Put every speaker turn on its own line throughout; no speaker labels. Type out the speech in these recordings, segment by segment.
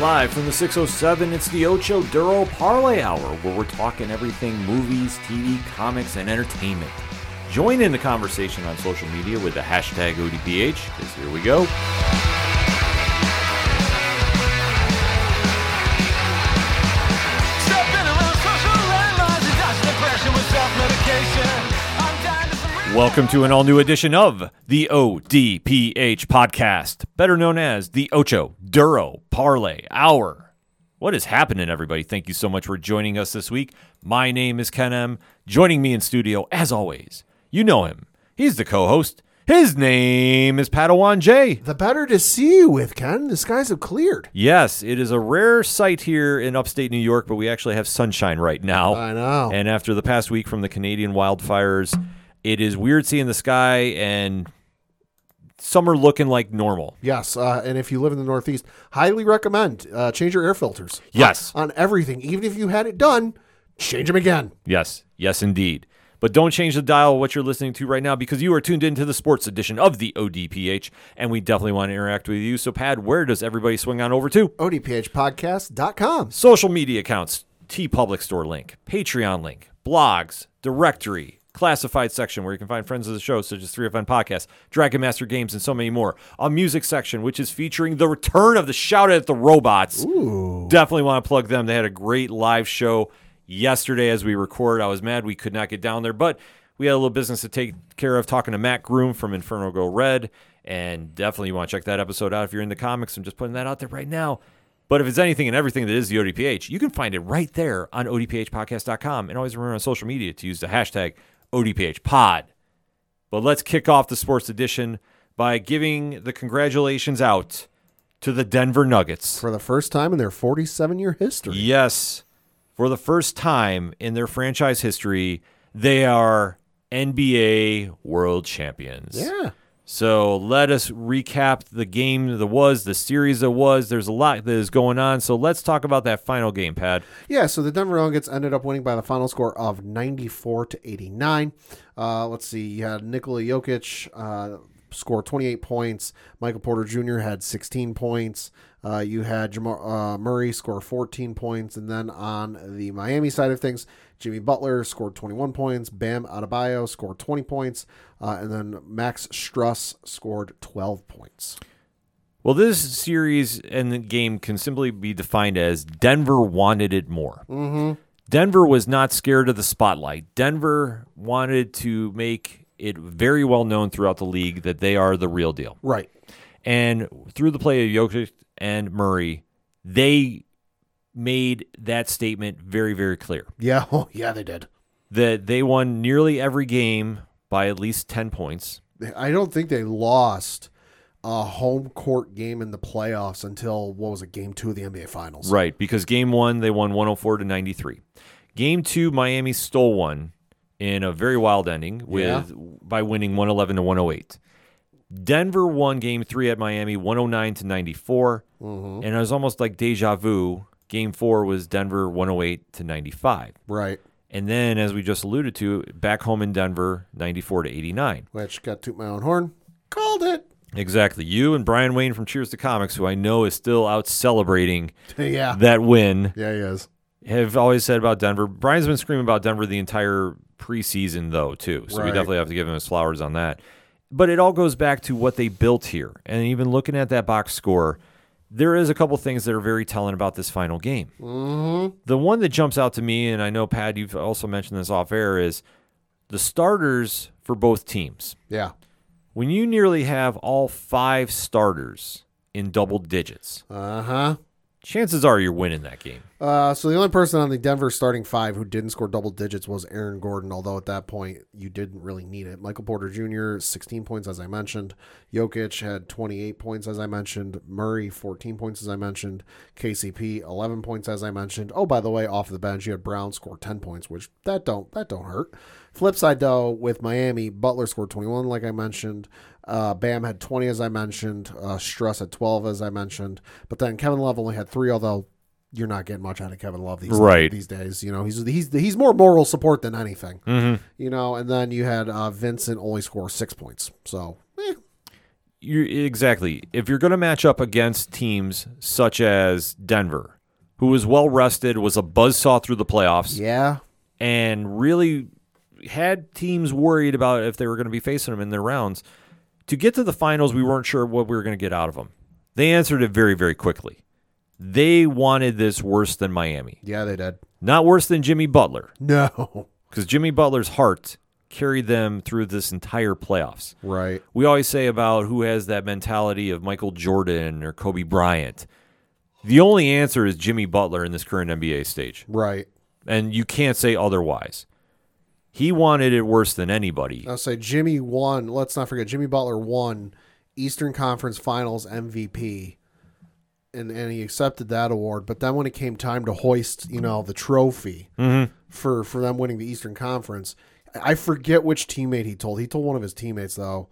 Live from the 607, it's the Ocho Duro Parlay Hour, where we're talking everything movies, TV, comics, and entertainment. Join in the conversation on social media with the hashtag ODPH, because here we go. Welcome to an all new edition of the ODPH podcast, better known as the Ocho Duro Parlay Hour. What is happening, everybody? Thank you so much for joining us this week. My name is Ken M. Joining me in studio, as always, you know him. He's the co host. His name is Padawan J.
The better to see you with, Ken. The skies have cleared.
Yes, it is a rare sight here in upstate New York, but we actually have sunshine right now.
I know.
And after the past week from the Canadian wildfires, it is weird seeing the sky and summer looking like normal.
Yes, uh, and if you live in the Northeast, highly recommend uh, change your air filters.
Yes.
on everything. Even if you had it done, change them again.
Yes, yes, indeed. But don't change the dial of what you're listening to right now because you are tuned into the sports edition of the ODPH, and we definitely want to interact with you. So, Pad, where does everybody swing on over to?
ODPHpodcast.com.
Social media accounts, T Public Store link, Patreon link, blogs, directory, classified section where you can find friends of the show such as 3FN Podcast, Dragon Master Games, and so many more. A music section which is featuring the return of the Shout at the Robots. Definitely want to plug them. They had a great live show yesterday as we record. I was mad we could not get down there, but we had a little business to take care of talking to Matt Groom from Inferno Go Red. And definitely you want to check that episode out if you're in the comics. I'm just putting that out there right now. But if it's anything and everything that is the ODPH, you can find it right there on odphpodcast.com. And always remember on social media to use the hashtag ODPHpod. But let's kick off the sports edition by giving the congratulations out to the Denver Nuggets.
For the first time in their 47 year history.
Yes. For the first time in their franchise history, they are NBA world champions.
Yeah.
So let us recap the game that was, the series that was. There's a lot that is going on. So let's talk about that final game, Pad.
Yeah, so the Denver Nuggets ended up winning by the final score of 94 to 89. Uh, let's see, you had Nikola Jokic uh, score 28 points. Michael Porter Jr. had 16 points. Uh, you had Jamar, uh, Murray score 14 points. And then on the Miami side of things, Jimmy Butler scored 21 points. Bam Adebayo scored 20 points. Uh, and then Max Struss scored 12 points.
Well, this series and the game can simply be defined as Denver wanted it more. Mm-hmm. Denver was not scared of the spotlight. Denver wanted to make it very well known throughout the league that they are the real deal.
Right.
And through the play of Jokic and Murray, they made that statement very, very clear
Yeah. Oh, yeah, they did.
that they won nearly every game by at least 10 points.
I don't think they lost a home court game in the playoffs until what was it, game two of the NBA Finals?
Right, because game one, they won 104 to 93. Game two, Miami stole one in a very wild ending with by winning 111 to 108. Denver won game three at Miami 109 to 94. And it was almost like deja vu. Game four was Denver 108 to 95.
Right.
And then, as we just alluded to, back home in Denver, 94 to 89.
Which got toot my own horn. Called it.
Exactly. You and Brian Wayne from Cheers to Comics, who I know is still out celebrating
yeah.
that win,
Yeah, he is.
have always said about Denver. Brian's been screaming about Denver the entire preseason, though, too. So we
Right.
definitely have to give him his flowers on that. But it all goes back to what they built here. And even looking at that box score, there is a couple things that are very telling about this final game.
Mm-hmm.
The one that jumps out to me, and I know, Pat, you've also mentioned this off air, is the starters for both teams.
Yeah.
When you nearly have all five starters in double digits,
Uh huh.
chances are you're winning that game.
Uh, so the only person on the Denver starting five who didn't score double digits was Aaron Gordon, although at that point you didn't really need it. Michael Porter Jr. 16 points as I mentioned, Jokic had 28 points as I mentioned, Murray 14 points as I mentioned, KCP 11 points as I mentioned. Oh, by the way, off the bench you had Brown score 10 points, which that don't that don't hurt. Flip side though, with Miami, Butler scored 21, like I mentioned. Uh, Bam had 20, as I mentioned. Uh, Struss had 12, as I mentioned. But then Kevin Love only had three, although you're not getting much out of Kevin Love these
Right.
these days. You know, he's he's he's more moral support than anything. You know, and then you had uh, Vincent only score six points. So eh,
you exactly. If you're going to match up against teams such as Denver, who was well rested, was a buzzsaw through the playoffs,
Yeah.
and really had teams worried about if they were going to be facing them in their rounds. To get to the finals, we weren't sure what we were going to get out of them. They answered it very, very quickly. They wanted this worse than Miami,
Yeah, they did.
not worse than Jimmy Butler,
No.
because Jimmy Butler's heart carried them through this entire playoffs
Right.
we always say about who has that mentality of Michael Jordan or Kobe Bryant. The only answer is Jimmy Butler in this current NBA stage,
Right.
and you can't say otherwise. He wanted it worse than anybody.
I'll say Jimmy won. Let's not forget Jimmy Butler won Eastern Conference Finals MVP, and and he accepted that award. But then when it came time to hoist, you know, the trophy for for them winning the Eastern Conference, I forget which teammate he told. He told one of his teammates though,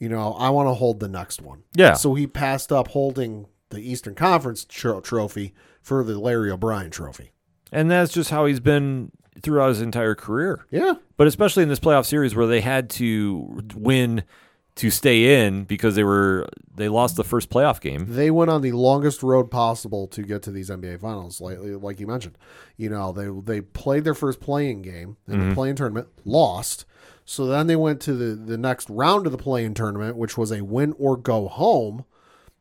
you know, I want to hold the next one.
Yeah.
So he passed up holding the Eastern Conference tro- trophy for the Larry O'Brien trophy.
And that's just how he's been throughout his entire career.
Yeah.
But especially in this playoff series where they had to win to stay in because they were they lost the first playoff game.
they went on the longest road possible to get to these NBA finals. Like like you mentioned, you know they they played their first playing game in the playing tournament, lost. So then they went to the the next round of the playing tournament, which was a win or go home.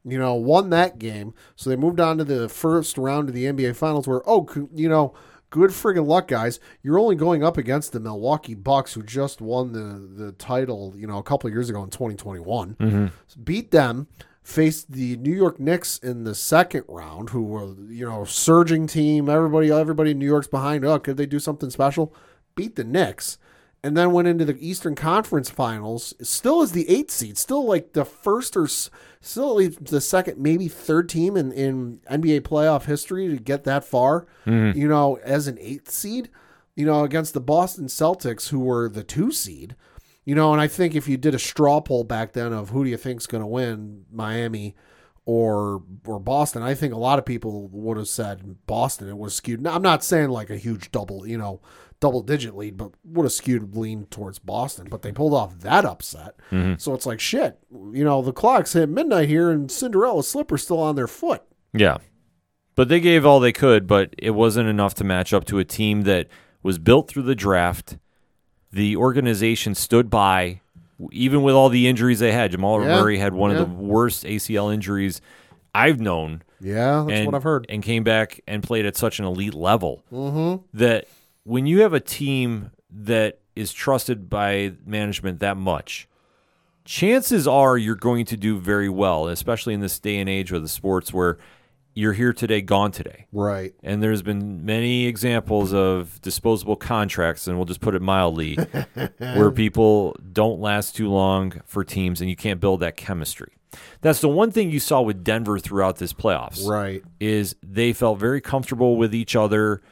You know, won that game, so they moved on to the first round of the NBA finals, where oh, c- you know. Good friggin' luck, guys. You're only going up against the Milwaukee Bucks, who just won the, the title, you know, a couple of years ago in 2021 beat them, faced the New York Knicks in the second round, who were you know surging team. Everybody, everybody in New York's behind. Oh, could they do something special? Beat the Knicks, and then went into the Eastern Conference Finals. Still as the eighth seed, still like the first or s- still at least the second, maybe third team in in NBA playoff history to get that far. You know, as an eighth seed. You know, against the Boston Celtics, who were the two seed, you know, and I think if you did a straw poll back then of who do you think's going to win, Miami or or Boston, I think a lot of people would have said Boston. It was skewed. Now, I'm not saying like a huge double, you know, double digit lead, but would have skewed lean towards Boston. But they pulled off that upset, so it's like shit. You know, the clock's hit midnight here, and Cinderella's slipper's still on their foot.
Yeah. But they gave all they could, but it wasn't enough to match up to a team that was built through the draft. The organization stood by, even with all the injuries they had. Jamal
Yeah,
Murray had one
yeah.
of the worst ACL injuries I've known.
Yeah, that's
and,
what I've heard.
And came back and played at such an elite level
Mm-hmm.
that when you have a team that is trusted by management that much, chances are you're going to do very well, especially in this day and age of the sports where you're here today, gone today.
Right.
And there's been many examples of disposable contracts, and we'll just put it mildly, where people don't last too long for teams and you can't build that chemistry. That's the one thing you saw with Denver throughout this playoffs
Right.
is they felt very comfortable with each other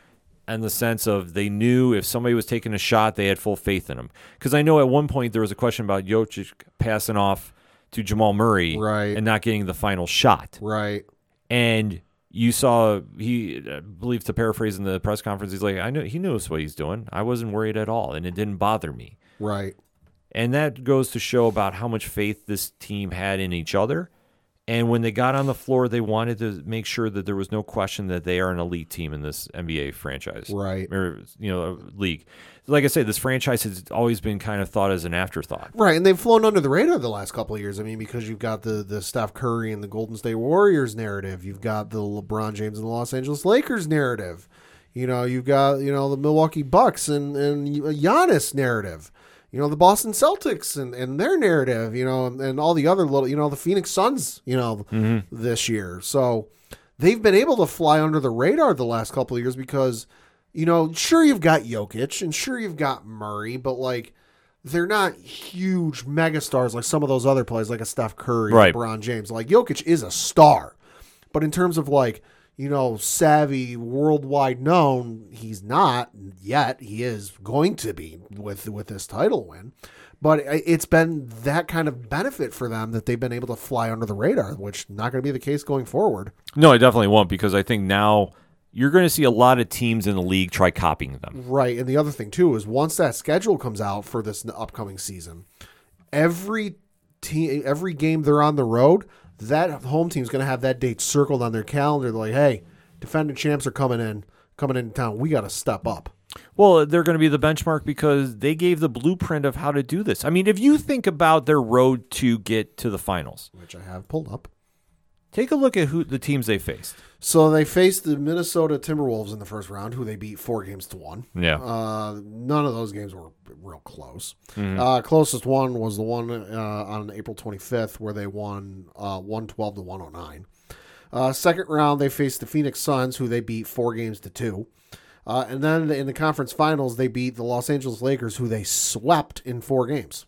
and the sense of they knew if somebody was taking a shot, they had full faith in them. Because I know at one point there was a question about Jokic passing off to Jamal Murray
Right.
and not getting the final shot.
Right.
And you saw he, I believe, to paraphrase in the press conference, he's like, "I know he knows what he's doing. I wasn't worried at all, and it didn't bother me."
Right.
And that goes to show about how much faith this team had in each other. And when they got on the floor, they wanted to make sure that there was no question that they are an elite team in this NBA franchise.
Right.
Or, you know, league. Like I say, this franchise has always been kind of thought as an afterthought.
Right, and they've flown under the radar the last couple of years. I mean, because you've got the the Steph Curry and the Golden State Warriors narrative, you've got the LeBron James and the Los Angeles Lakers narrative, you know, you've got you know the Milwaukee Bucks and and Giannis narrative, you know, the Boston Celtics and, and their narrative, you know, and, and all the other little, you know, the Phoenix Suns, you know, this year. So they've been able to fly under the radar the last couple of years because, you know, sure you've got Jokic and sure you've got Murray, but like they're not huge megastars like some of those other players, like a Steph Curry,
Right.
LeBron James. Like Jokic is a star, but in terms of like you know savvy, worldwide known, he's not yet. He is going to be with with this title win. But i- it's been that kind of benefit for them that they've been able to fly under the radar, which not going to be the case going forward.
No, I definitely won't because I think now you're going to see a lot of teams in the league try copying them.
Right. And the other thing, too, is once that schedule comes out for this n- upcoming season, every team, every game they're on the road, that home team's going to have that date circled on their calendar. They're like, hey, defending champs are coming in, coming into town. We got to step up.
Well, they're going to be the benchmark because they gave the blueprint of how to do this. I mean, if you think about their road to get to the finals,
Which I have pulled up.
take a look at who the teams they faced.
So they faced the Minnesota Timberwolves in the first round, who they beat four games to one.
Yeah.
Uh, none of those games were real close. Uh, closest one was the one uh, on April 25th, where they won uh, 112 to 109. Uh, second round, they faced the Phoenix Suns, who they beat four games to two. Uh, and then in the conference finals, they beat the Los Angeles Lakers, who they swept in four games.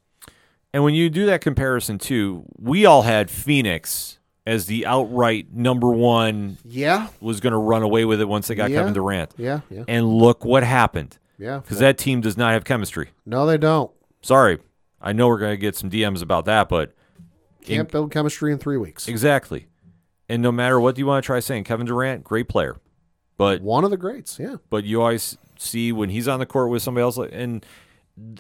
And when you do that comparison too, we all had Phoenix as the outright number one
Yeah,
was going to run away with it once they got
Yeah.
Kevin Durant.
yeah, yeah,
And look what happened
yeah.
because that team does not have chemistry.
No, they don't.
Sorry, I know we're going to get some DMs about that, but
Can't build chemistry in three weeks.
exactly. And no matter what you want to try saying, Kevin Durant, great player, but
One of the greats. Yeah.
but you always see when he's on the court with somebody else, like- and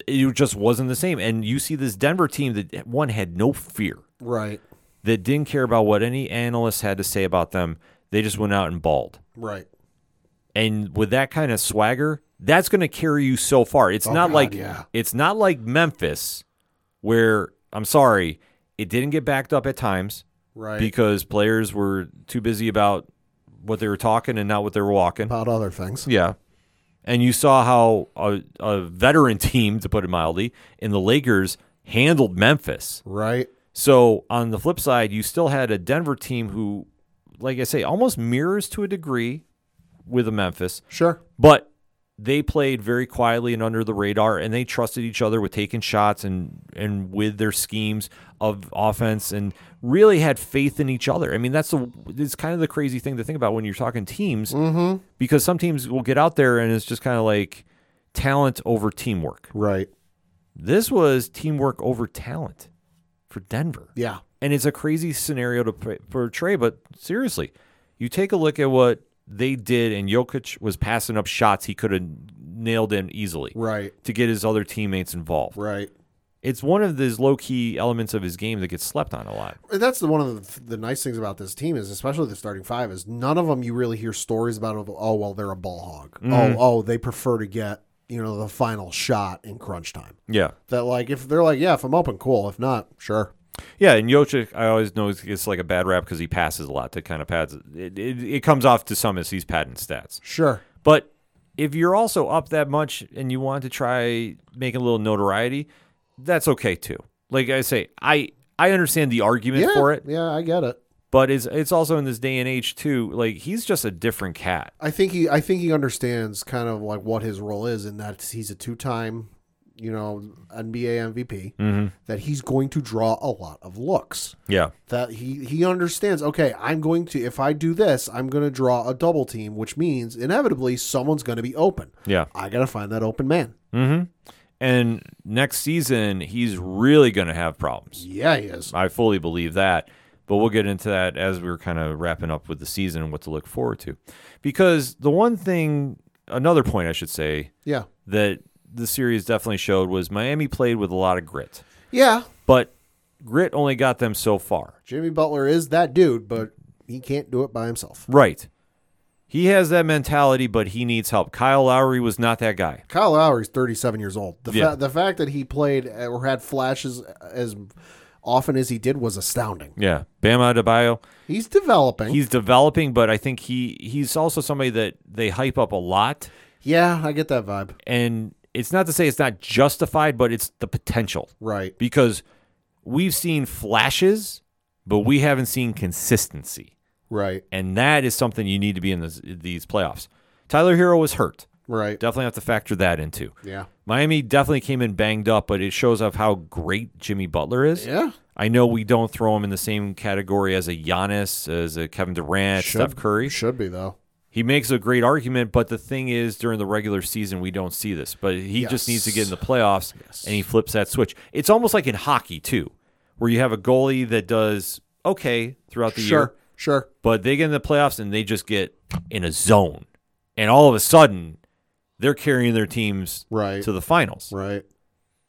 it just wasn't the same. And you see this Denver team that one had no fear,
Right.
that didn't care about what any analysts had to say about them. They just went out and balled.
Right.
And with that kind of swagger, that's going to carry you so far. It's not
Oh, God,
like
yeah.
it's not like Memphis, where I'm sorry, it didn't get backed up at times
Right.
because players were too busy about what they were talking and not what they were walking.
about other things.
Yeah. And you saw how a, a veteran team, to put it mildly, in the Lakers handled Memphis.
Right.
So on the flip side, you still had a Denver team who, like I say, almost mirrors to a degree with a Memphis,
Sure.
but they played very quietly and under the radar, and they trusted each other with taking shots and and with their schemes of offense, and really had faith in each other. I mean, that's the it's kind of the crazy thing to think about when you're talking teams, because some teams will get out there and it's just kind of like talent over teamwork.
Right.
This was teamwork over talent for Denver.
Yeah.
And it's a crazy scenario to p- portray, but seriously, you take a look at what they did, and Jokic was passing up shots he could have nailed in easily
Right.
to get his other teammates involved.
Right.
It's one of those low key elements of his game that gets slept on a lot.
And that's the, one of the, the nice things about this team is, especially the starting five, is none of them you really hear stories about. Of, oh well, they're a ball hog.
Mm-hmm.
Oh oh, they prefer to get you know the final shot in crunch time.
Yeah.
That like if they're like yeah, if I'm open, cool. If not, sure.
Yeah. And Jokic, I always know it's like a bad rap because he passes a lot to kind of pads. It, it, it comes off to some as he's padding stats.
Sure.
But if you're also up that much and you want to try making a little notoriety, that's okay too. Like I say, I I understand the argument
Yeah.
for it,
Yeah, I get it.
but it's it's also in this day and age too. Like he's just a different cat.
I think he I think he understands kind of like what his role is and that he's a two time, you know, NBA MVP.
Mm-hmm.
That he's going to draw a lot of looks.
Yeah.
that he he understands okay i'm going to if i do this i'm going to draw a double team which means inevitably someone's going to be open
Yeah.
i got to find that open man
Mm-hmm. And next season he's really gonna have problems.
yeah he is
I fully believe that. But we'll get into that as we are kind of wrapping up with the season and what to look forward to. Because the one thing another point I should say
yeah
that the series definitely showed was Miami played with a lot of grit,
yeah
but grit only got them so far.
jimmy butler is that dude but he can't do it by himself
Right. He has that mentality, but he needs help. Kyle Lowry was not that guy.
kyle lowry's 37 years old the,
Yeah.
fa- the fact that he played uh, or had flashes as often as he did was astounding
Yeah. Bam Adebayo,
he's developing
he's developing, but I think he he's also somebody that they hype up a lot,
yeah i get that vibe
and it's not to say it's not justified, but it's the potential
right
because we've seen flashes, but we haven't seen consistency.
right
and that is something you need to be in this, these playoffs. Tyler Hero was hurt.
right
Definitely have to factor that into.
yeah
Miami definitely came in banged up, but it shows off how great Jimmy Butler is.
yeah
I know we don't throw him in the same category as a Giannis, as a Kevin Durant, Steph Curry.
should be though
He makes a great argument, but the thing is, during the regular season, we don't see this. But he just needs to get in the playoffs, and he flips that switch. It's almost like in hockey too, where you have a goalie that does okay throughout the year,
sure sure
but they get in the playoffs and they just get in a zone. And all of a sudden, they're carrying their teams
Right.
to the finals.
right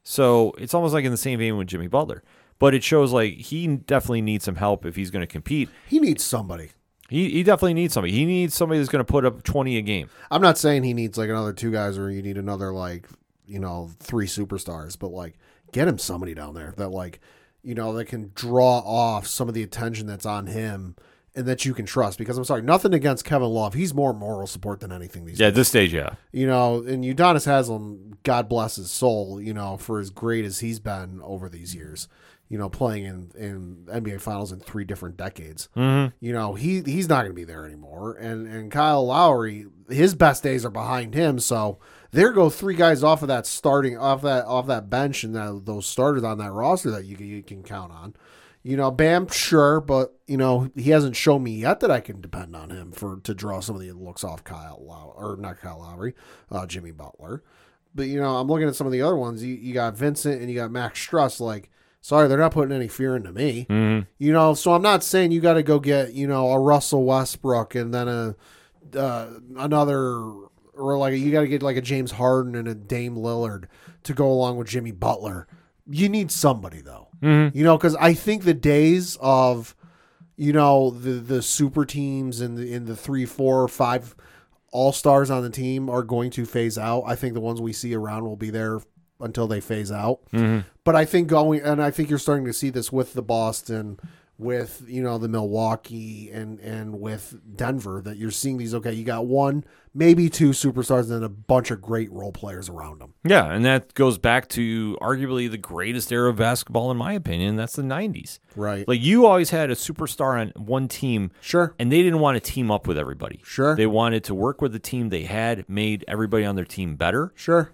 So it's almost like in the same vein with Jimmy Butler. But it shows like he definitely needs some help if he's going to compete.
He needs somebody.
He, he definitely needs somebody. He needs somebody that's going to put up 20 a game.
I'm not saying he needs like another two guys or you need another like, you know, three superstars, but like get him somebody down there that like, you know, that can draw off some of the attention that's on him and that you can trust because I'm sorry, nothing against Kevin Love. He's more moral support than anything these
Yeah, at this stage, yeah.
you know, and Udonis Haslam, God bless his soul, you know, for as great as he's been over these years, you know, playing in, in NBA Finals in three different decades. Mm-hmm. You know, he he's not going to be there anymore, and and Kyle Lowry, his best days are behind him. So there go three guys off of that starting off that off that bench and that, those starters on that roster that you can- you can count on. You know, Bam, sure, but you know he hasn't shown me yet that I can depend on him for to draw some of the looks off Kyle Low or not Kyle Lowry, uh, Jimmy Butler. But you know, I'm looking at some of the other ones. You, you got Vincent and you got Max Struss. Like, sorry, they're not putting any fear into me. You know, so I'm not saying you got to go get you know a Russell Westbrook and then a uh, another or like you got to get like a James Harden and a Dame Lillard to go along with Jimmy Butler. You need somebody though, you know, because I think the days of you know the the super teams and the in the three, four, five all stars on the team are going to phase out. I think the ones we see around will be there until they phase out. But I think going and I think you're starting to see this with the Boston, with you know the Milwaukee and and with Denver that you're seeing these. Okay, you got one, maybe two superstars, and then a bunch of great role players around them.
Yeah, and that goes back to arguably the greatest era of basketball, in my opinion. That's the 90s.
Right.
Like, you always had a superstar on one team.
Sure.
And they didn't want to team up with everybody.
Sure.
They wanted to work with the team they had, made everybody on their team better.
Sure.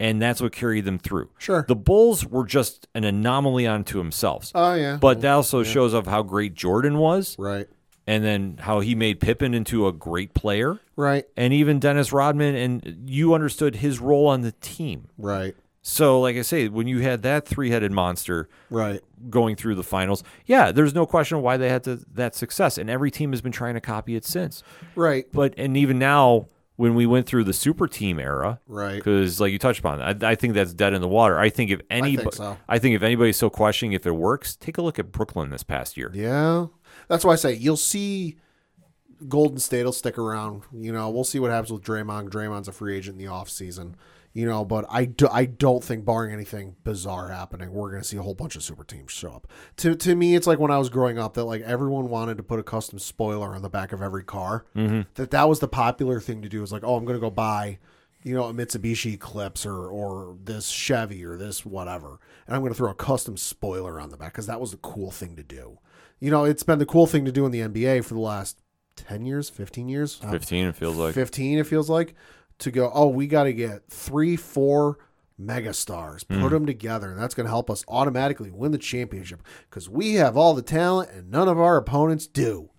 and that's what carried them through.
Sure.
The Bulls were just an anomaly unto themselves.
Oh yeah.
but that also shows off how great Jordan was
right.
and then how he made Pippen into a great player.
Right.
And even Dennis Rodman and you understood his role on the team.
Right.
So like I say, when you had that three-headed monster
Right.
going through the finals, yeah, there's no question why they had to, that success and every team has been trying to copy it since.
Right.
But and even now when we went through the super team era,
Right.
because like you touched upon, I, I think that's dead in the water. I think if anybody,
so.
if anybody's still questioning if it works, take a look at Brooklyn this past year.
Yeah. That's why I say you'll see Golden State will stick around. You know, we'll see what happens with Draymond. Draymond's a free agent in the offseason. You know, but I, do, I don't think, barring anything bizarre happening, we're going to see a whole bunch of super teams show up. To, to me, it's like when I was growing up that like everyone wanted to put a custom spoiler on the back of every car. That that was the popular thing to do. Is like, oh, I'm going to go buy you know, a Mitsubishi Eclipse or or this Chevy or this whatever, and I'm going to throw a custom spoiler on the back because that was the cool thing to do. You know, it's been the cool thing to do in the NBA for the last ten years, fifteen years, Uh,
Fifteen, it feels like.
15 it feels like to go oh we got to get three four megastars put them together and that's going to help us automatically win the championship because we have all the talent and none of our opponents do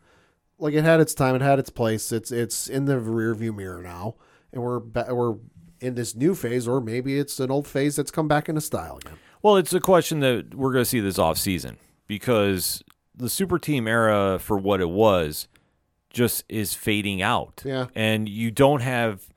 like it had its time it had its place it's it's in the rearview mirror now and we're ba- we're in this new phase or maybe it's an old phase that's come back into style again
Well, it's a question that we're going to see this off season because the super team era, for what it was, just is fading out.
Yeah.
and you don't have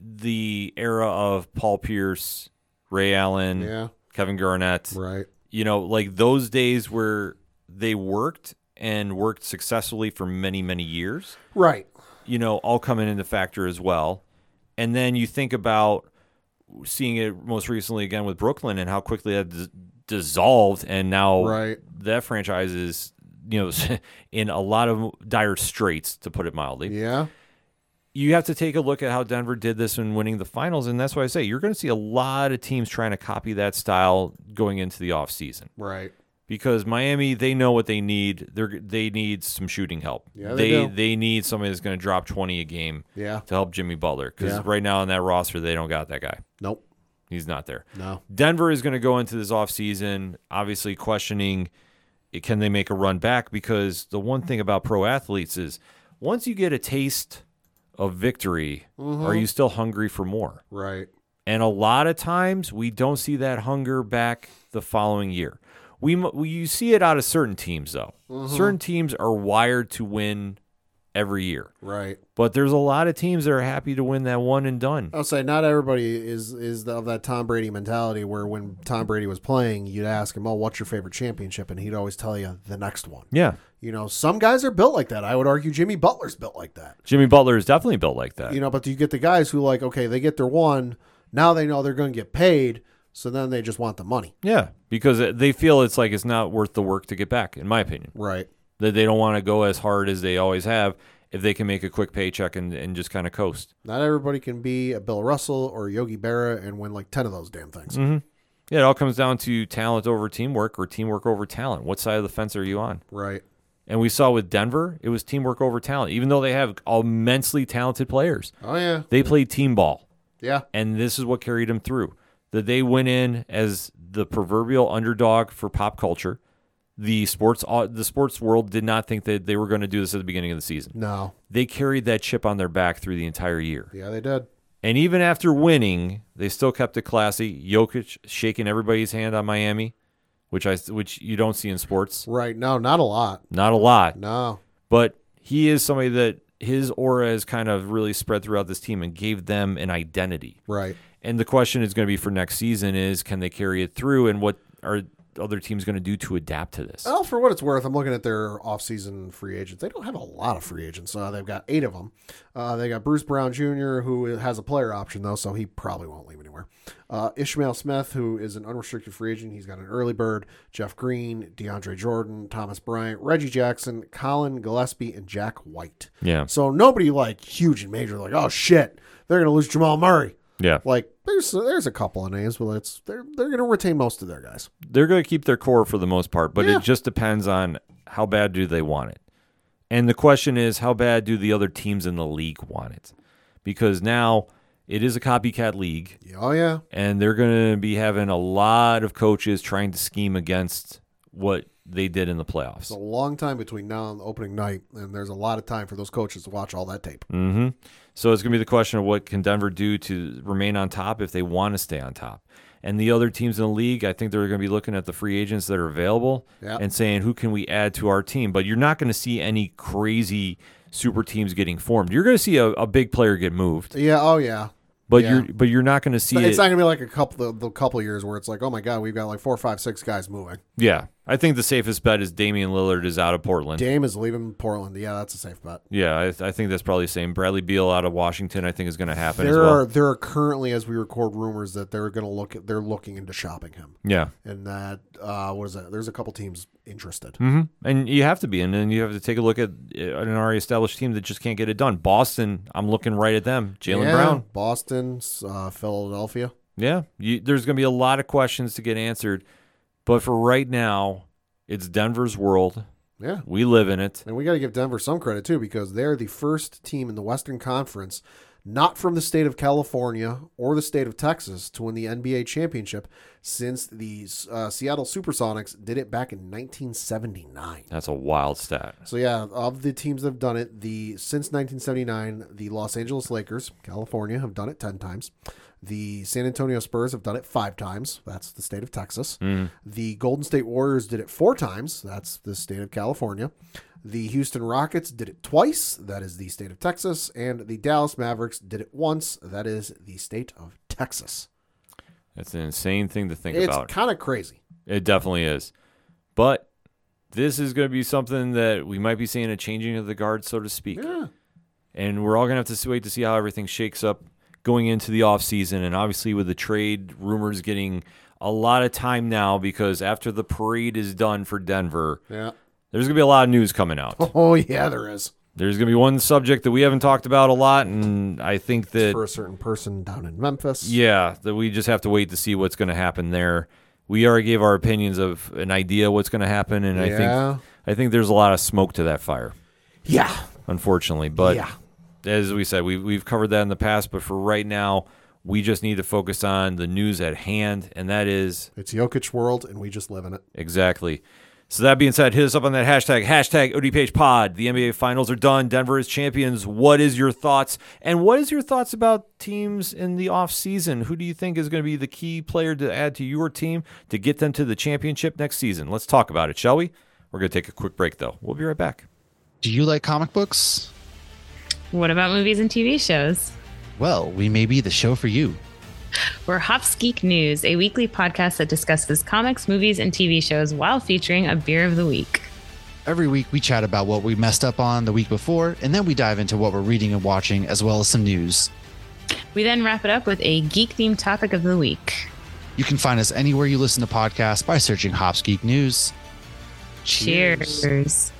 the era of Paul Pierce, Ray Allen,
Yeah.
Kevin Garnett,
right
you know, like those days where they worked and worked successfully for many, many years,
right
you know, all coming into factor as well. And then you think about seeing it most recently again with Brooklyn and how quickly that dis- dissolved. And now
Right.
that franchise is, you know, in a lot of dire straits, to put it mildly
yeah
you have to take a look at how Denver did this in winning the finals. And that's why I say you're going to see a lot of teams trying to copy that style going into the offseason
right
because Miami, they know what they need. They're, they need some shooting help.
Yeah, they do.
they need somebody that's going to drop 20 a game
yeah
to help Jimmy Butler because
Yeah.
right now on that roster, they don't got that guy.
nope
He's not there.
no
Denver is going to go into this offseason obviously questioning eh, can they make a run back because the one thing about pro athletes is once you get a taste of victory,
Mm-hmm.
are you still hungry for more?
right
And a lot of times we don't see that hunger back the following year. We, m- we you see it out of certain teams though. Certain teams are wired to win every year.
Right.
But there's a lot of teams that are happy to win that one and done.
I'll say not everybody is is of that Tom Brady mentality where when Tom Brady was playing, you'd ask him, "Oh, what's your favorite championship?" and he'd always tell you the next one.
Yeah.
You know, some guys are built like that. I would argue Jimmy Butler's built like that.
Jimmy Butler is definitely built like that.
You know, but you get the guys who like, okay, they get their one, now they know they're going to get paid, so then they just want the money.
Yeah, because they feel it's like it's not worth the work to get back, in my opinion.
Right.
That they don't want to go as hard as they always have if they can make a quick paycheck and, and just kind of coast.
Not everybody can be a Bill Russell or Yogi Berra and win like 10 of those damn things.
Yeah, it all comes down to talent over teamwork or teamwork over talent. What side of the fence are you on?
Right.
And we saw with Denver, it was teamwork over talent, even though they have immensely talented players.
Oh yeah.
They played team ball.
Yeah.
and this is what carried them through that they went in as the proverbial underdog for pop culture the sports au- the sports world did not think that they were going to do this at the beginning of the season
No.
they carried that chip on their back through the entire year
Yeah, they did.
and even after winning they still kept it classy jokic shaking everybody's hand on miami which i which you don't see in sports
Right. No, not a lot.
not a lot
No.
but he is somebody that his aura has kind of really spread throughout this team and gave them an identity
Right.
and the question is going to be for next season is can they carry it through and what are other teams going to do to adapt to this?
Well, for what it's worth, I'm looking at their offseason free agents. They don't have a lot of free agents. Uh, they've got eight of them. Uh, they got Bruce Brown Jr., who has a player option, though, so he probably won't leave anywhere. Uh, Ishmael Smith, who is an unrestricted free agent. He's got an early bird. Jeff Green, DeAndre Jordan, Thomas Bryant, Reggie Jackson, Colin Gillespie, and Jack White.
Yeah.
So nobody like huge and major, like, oh, shit, they're going to lose Jamal Murray.
Yeah.
Like there's there's a couple of names, but it's they're they're gonna retain most of their guys.
They're going to keep their core for the most part, but
Yeah.
it just depends on how bad do they want it. And the question is how bad do the other teams in the league want it? Because now it is a copycat league
Oh yeah,
and they're going to be having a lot of coaches trying to scheme against what they did in the playoffs.
It's a long time between now and opening night, and there's a lot of time for those coaches to watch all that tape.
hmm So it's going to be the question of what can Denver do to remain on top if they want to stay on top. And the other teams in the league, I think they're going to be looking at the free agents that are available
Yeah.
and saying who can we add to our team. But you're not going to see any crazy super teams getting formed. You're going to see a, a big player get moved,
Yeah, oh yeah.
but
Yeah.
you're but you're not going to see
It's
it.
not gonna be like a couple the, the couple years where it's like, oh my god, we've got like four, five, six guys moving.
yeah, I think the safest bet is Damian Lillard is out of Portland.
Dame is leaving Portland. Yeah, that's a safe bet.
yeah, I, I think that's probably the same. Bradley Beal out of Washington, I think is going to happen as
There
well.
are there are currently as we record rumors that they're gonna look at they're looking into shopping him.
yeah,
And that uh what is that? There's a couple teams interested.
hmm And you have to be, and then you have to take a look at uh, an already established team that just can't get it done. Boston, I'm looking right at them. Jalen
Yeah,
Brown.
Boston, uh, Philadelphia.
Yeah, you, there's going to be a lot of questions to get answered, but for right now, it's Denver's world.
Yeah.
We live in it.
And we got to give Denver some credit too because they're the first team in the Western Conference not from the state of California or the state of Texas to win the NBA championship since the uh, Seattle Supersonics did it back in 1979.
That's a wild stat.
So yeah, of the teams that have done it, the since 1979, the Los Angeles Lakers, California, have done it 10 times. The San Antonio Spurs have done it 5 times. That's the state of Texas.
Mm.
The Golden State Warriors did it 4 times. That's the state of California. The Houston Rockets did it twice. That is the state of Texas, and the Dallas Mavericks did it once. That is the state of Texas.
That's an insane thing to think
it's
about.
kind of crazy.
It definitely is. But this is going to be something that we might be seeing a changing of the guard, so to speak.
Yeah.
and we're all going to have to s- wait to see how everything shakes up going into the offseason and obviously with the trade rumors getting a lot of time now because after the parade is done for Denver
Yeah.
there's going to be a lot of news coming out.
Oh yeah, there is.
There's going to be one subject that we haven't talked about a lot and I think that
For a certain person down in Memphis.
yeah, that we just have to wait to see what's going to happen there. We already gave our opinions of an idea what's going to happen and I
Yeah.
think I think there's a lot of smoke to that fire
Yeah.
unfortunately. But
Yeah.
as we said, we, we've covered that in the past. But for right now, we just need to focus on the news at hand, and that is
It's Jokic world, and we just live in it.
exactly. So that being said, hit us up on that hashtag, hashtag ODPHPod. The NBA Finals are done. Denver is champions. What is your thoughts? And what is your thoughts about teams in the offseason? Who do you think is going to be the key player to add to your team to get them to the championship next season? Let's talk about it, shall we? We're going to take a quick break, though. We'll be right back.
Do you like comic books? What about movies and TV shows?
Well, we may be the show for you.
We're Hops Geek News, a weekly podcast that discusses comics, movies, and TV shows while featuring a beer of the week.
Every week, we chat about what we messed up on the week before, and then we dive into what we're reading and watching, as well as some news.
We then wrap it up with a geek themed topic of the week.
You can find us anywhere you listen to podcasts by searching Hops Geek News.
Cheers.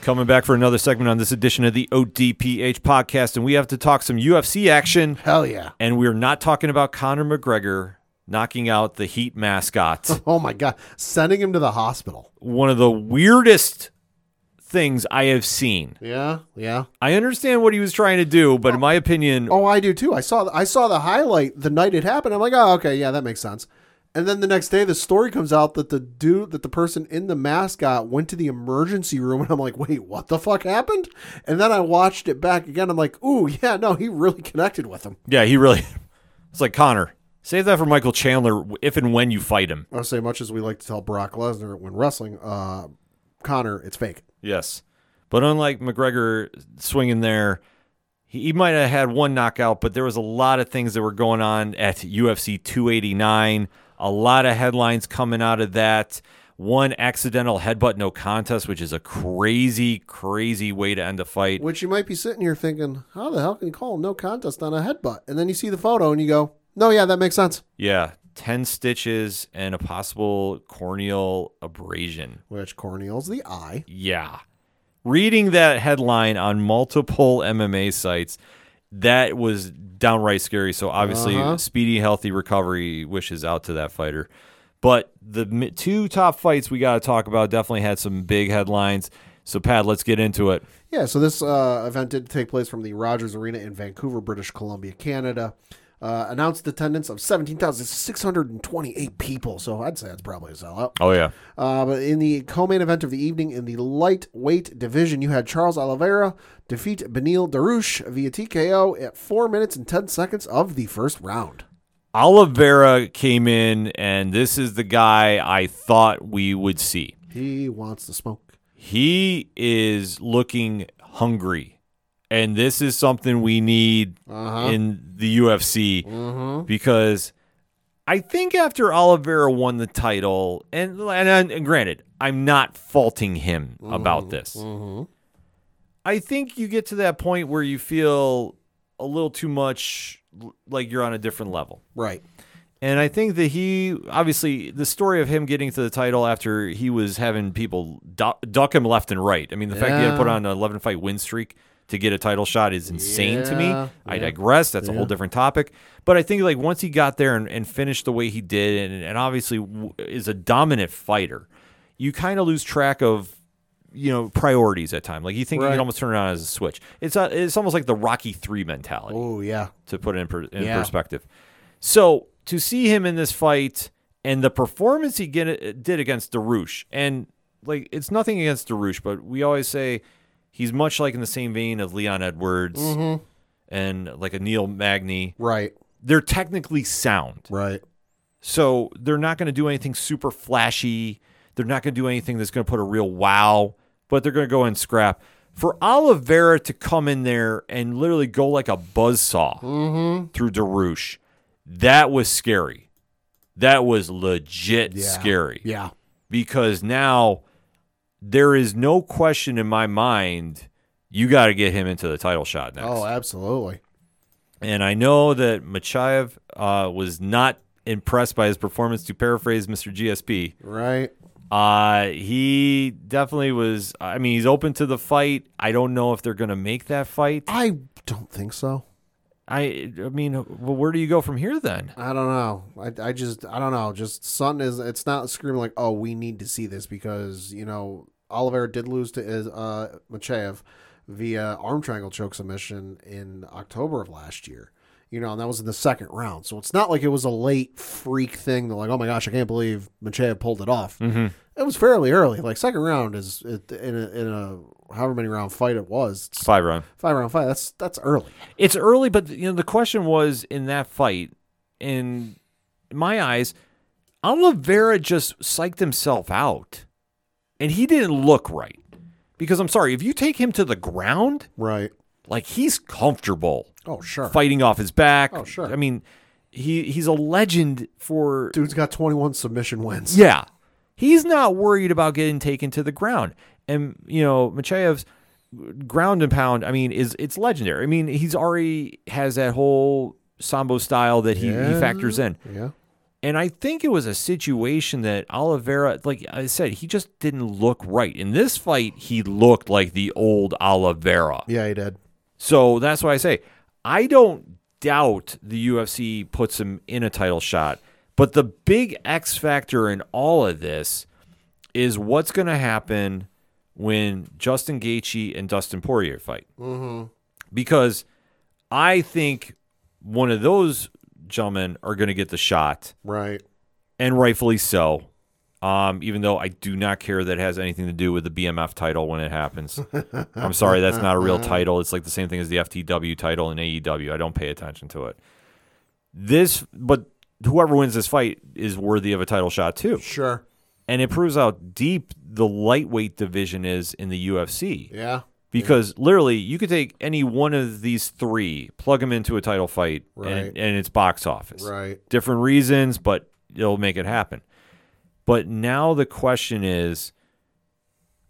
Coming back for another segment on this edition of the ODPH podcast, and we have to talk some UFC action.
Hell yeah.
And we're not talking about Conor McGregor knocking out the Heat mascot.
Oh my God. Sending him to the hospital.
One of the weirdest things I have seen.
Yeah. Yeah.
I understand what he was trying to do, but in my opinion,
Oh, I do too. I saw I saw the highlight the night it happened. I'm like, oh, okay, yeah, that makes sense. And then the next day, the story comes out that the dude, that the person in the mascot went to the emergency room, and I'm like, wait, what the fuck happened? And then I watched it back again. I'm like, ooh, yeah, no, he really connected with him.
yeah, he really. It's like Conor. Save that for Michael Chandler if and when you fight him.
I say, much as we like to tell Brock Lesnar when wrestling, uh, Connor, it's fake.
Yes. But unlike McGregor swinging there, he, he might have had one knockout, but there was a lot of things that were going on at UFC 289. A lot of headlines coming out of that. One accidental headbutt no contest, which is a crazy, crazy way to end a fight.
Which you might be sitting here thinking, how the hell can you call no contest on a headbutt? And then you see the photo, and you go, no, yeah, that makes sense.
Yeah, 10 stitches and a possible corneal abrasion.
Which corneal's the eye.
Yeah. Reading that headline on multiple MMA sites, that was downright scary. So obviously, speedy, healthy recovery wishes out to that fighter. But the mi- two top fights we got to talk about definitely had some big headlines. So Pat, let's get into it.
Yeah, so this uh, event did take place from the Rogers Arena in Vancouver, British Columbia, Canada. Uh, announced attendance of 17,628 people, so I'd say that's probably a sellout.
Oh yeah,
Uh, but in the co-main event of the evening in the lightweight division, you had Charles Oliveira defeat Benil Darush via TKO at 4 minutes and 10 seconds of the first round.
Oliveira came in, and this is the guy I thought we would see.
He wants to smoke.
He is looking hungry. And this is something we need in the UFC because I think after Oliveira won the title, and, and, and granted, I'm not faulting him about this. I think you get to that point where you feel a little too much l- like you're on a different level.
Right.
And I think that he obviously the story of him getting to the title after he was having people du- duck him left and right. I mean, the fact that he had to
Yeah.
put on an 11 fight win streak to get a title shot is insane to me.
Yeah,
I
yeah.
digress. That's a whole different topic. But I think like once he got there and, and finished the way he did, and, and obviously w- is a dominant fighter, you kind of lose track of you know priorities at time. Like you think you
Right.
can almost turn it on as a switch. It's a, it's almost like the Rocky three mentality
Oh, yeah.
to put it in, per, in
Yeah.
perspective. So to see him in this fight and the performance he get, did against Darush, and like it's nothing against Darush, but we always say he's much like in the same vein of Leon Edwards and like a Neil Magny.
Right.
They're technically sound,
Right.
so they're not going to do anything super flashy. They're not going to do anything that's going to put a real wow, but they're going to go and scrap. For Oliveira to come in there and literally go like a buzzsaw
Mm-hmm.
through Darush, that was scary. That was legit
Yeah.
scary
Yeah.
because now there is no question in my mind you got to get him into the title shot next.
Oh, absolutely.
And I know that Machayev uh, was not impressed by his performance, to paraphrase Mr. GSP.
Right.
Uh, he definitely was. I mean, he's open to the fight. I don't know if they're going to make that fight.
I don't think so.
I, I mean, well, where do you go from here then?
I don't know. I, I just I don't know. Just something is it's not screaming like oh we need to see this because you know Oliver did lose to uh, Machayev via arm triangle choke submission in October of last year. You know, and that was in the second round. So it's not like it was a late freak thing that like oh my gosh I can't believe Machayev pulled it off. It was fairly early. Like second round is it, in a, in a however many round fight it was it's
Five round.
five round fight. That's that's early.
It's early, but you know the question was in that fight. In my eyes, Oliveira just psyched himself out, and he didn't look right. Because I'm sorry, if you take him to the ground,
Right.
Like he's comfortable
Oh, sure.
fighting off his back.
Oh, sure.
I mean, he he's a legend for
Dude's got 21 submission wins.
yeah. He's not worried about getting taken to the ground. And you know, Machayev's ground and pound, I mean, is it's legendary. I mean, he's already has that whole sambo style that he, he
Yeah.
factors in.
Yeah.
And I think it was a situation that Oliveira, like I said, he just didn't look right. In this fight, he looked like the old Oliveira.
Yeah, he did.
So that's why I say I don't doubt the UFC puts him in a title shot. But the big X factor in all of this is what's going to happen when Justin Gaethje and Dustin Poirier fight. Mm-hmm. Because I think one of those gentlemen are going to get the shot
Right.
and rightfully so. Um, even though I do not care that it has anything to do with the BMF title when it happens. I'm sorry, that's not a real title. It's like the same thing as the FTW title in AEW. I don't pay attention to it. This, but whoever wins this fight is worthy of a title shot too.
Sure.
And it proves how deep the lightweight division is in the UFC
Yeah.
because literally you could take any one of these three, plug them into a title fight,
Right.
and, and it's box office
Right.
different reasons, but it'll make it happen. But now the question is,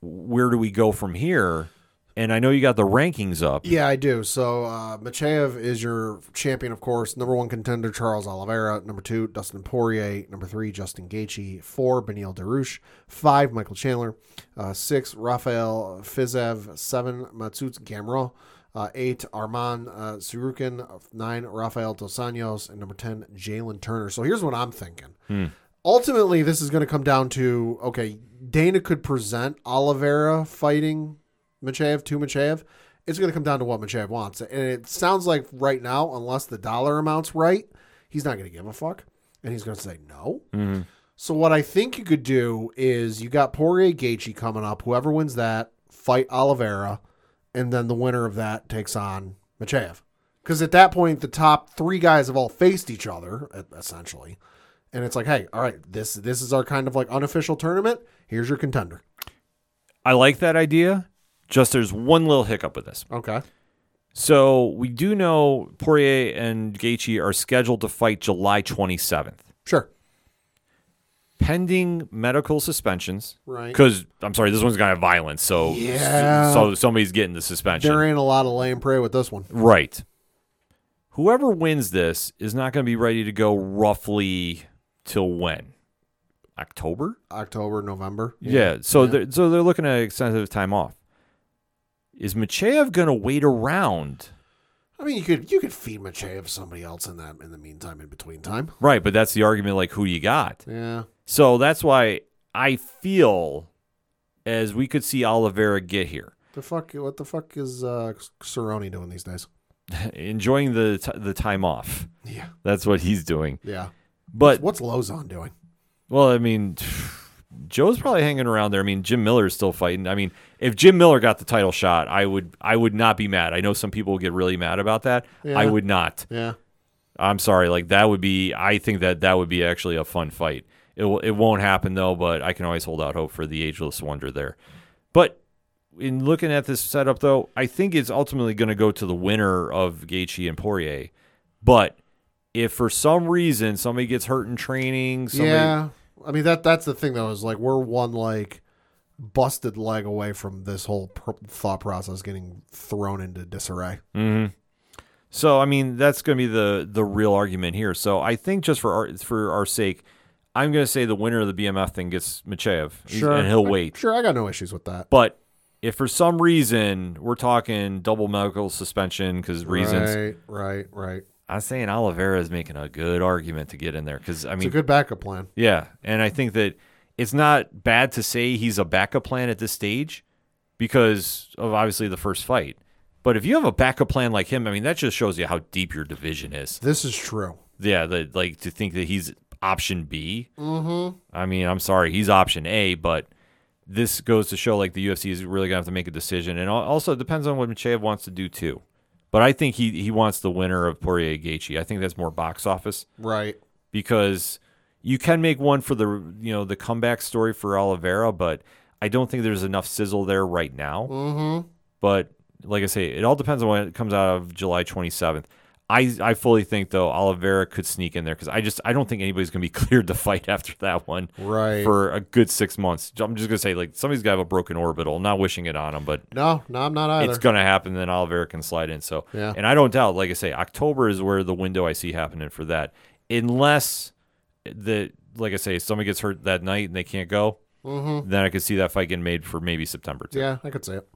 where do we go from here? And I know you got the rankings up.
Yeah, I do. So uh, Macheyev is your champion, of course. Number one contender, Charles Oliveira. Number two, Dustin Poirier. Number three, Justin Gaethje. Four, Benil Darush. Five, Michael Chandler. Uh, six, Rafael Fizev. Seven, Matsut Gamrot. Uh, eight, Arman uh, Surukin. Nine, Rafael Dos Anjos. And number 10, Jalen Turner. So here's what I'm thinking. Ultimately, this is going to come down to okay, Dana could present Oliveira fighting Macheyev to Macheyev, it's going to come down to what Macheyev wants. And it sounds like right now, unless the dollar amount's right, he's not going to give a fuck. And he's going to say no. So what I think you could do is you got Poirier Gaethje coming up. Whoever wins that, fight Oliveira. And then the winner of that takes on Macheyev. Because at that point, the top three guys have all faced each other, e- essentially. And it's like, hey, all right, this this is our kind of like unofficial tournament. Here's your contender.
I like that idea. Just there's one little hiccup with this.
Okay.
So we do know Poirier and Gaethje are scheduled to fight July 27th,
Sure.
pending medical suspensions.
Right.
Because I'm sorry, this one's gonna have violence. So
Yeah.
so somebody's getting the suspension.
There ain't a lot of laying prey with this one.
Right. Whoever wins this is not going to be ready to go roughly till when? October?
October, November.
Yeah. so they're so they're looking at extensive time off. Is Macheyev going to wait around?
I mean, you could you could feed Macheyev somebody else in that in the meantime, in between time.
Right, but that's the argument like who you got.
Yeah.
So that's why I feel as we could see Oliveira get here.
The fuck? What the fuck is uh, Cerrone doing these days?
Enjoying the t- the time off.
Yeah.
That's what he's doing.
Yeah.
But
What's Lozon doing?
Well, I mean, Joe's probably hanging around there. I mean, Jim Miller's still fighting. I mean, if Jim Miller got the title shot, I would I would not be mad. I know some people get really mad about that. I
Yeah.
would not.
Yeah.
I'm sorry. Like that would be. I think that that would be actually a fun fight. It will, it won't happen though, but I can always hold out hope for the ageless wonder there. But in looking at this setup though, I think it's ultimately going to go to the winner of Gaethje and Poirier. But if for some reason somebody gets hurt in training, somebody,
yeah. I mean that that's the thing though is like we're one like busted leg away from this whole pr- thought process getting thrown into disarray.
So I mean, that's going to be the the real argument here. So I think just for our for our sake, I'm going to say the winner of the BMF thing gets Macheyev, and he'll wait.
Sure, I got no issues with that.
But if for some reason we're talking double medical suspension because reasons,
Right. Right. Right.
I'm saying Oliveira is making a good argument to get in there because I
It's a
mean,
good backup plan.
yeah, and I think that it's not bad to say he's a backup plan at this stage because of obviously the first fight. But if you have a backup plan like him, I mean, that just shows you how deep your division is.
This is true.
yeah, the, like to think that he's option B. Mm-hmm. I mean, I'm sorry, he's option A, but this goes to show like the UFC is really gonna have to make a decision, and al- also it depends on what Macheyev wants to do too. But I think he he wants the winner of Poirier Gaethje. I think that's more box office
Right.
because you can make one for the you know the comeback story for Oliveira, but I don't think there's enough sizzle there right now. Mm-hmm. But like I say, it all depends on when it comes out of July 27th. I, I fully think though Oliveira could sneak in there because I just I don't think anybody's gonna be cleared to fight after that one
Right.
for a good six months. I'm just gonna say like somebody's gotta have a broken orbital. Not wishing it on him, but
No, no, I'm not either.
it's gonna happen. Then Oliveira can slide in. So
Yeah.
and I don't doubt. Like I say, October is where the window I see happening for that, unless the like I say somebody gets hurt that night and they can't go.
Mm-hmm.
Then I could see that fight getting made for maybe September. Too.
Yeah, I could say it.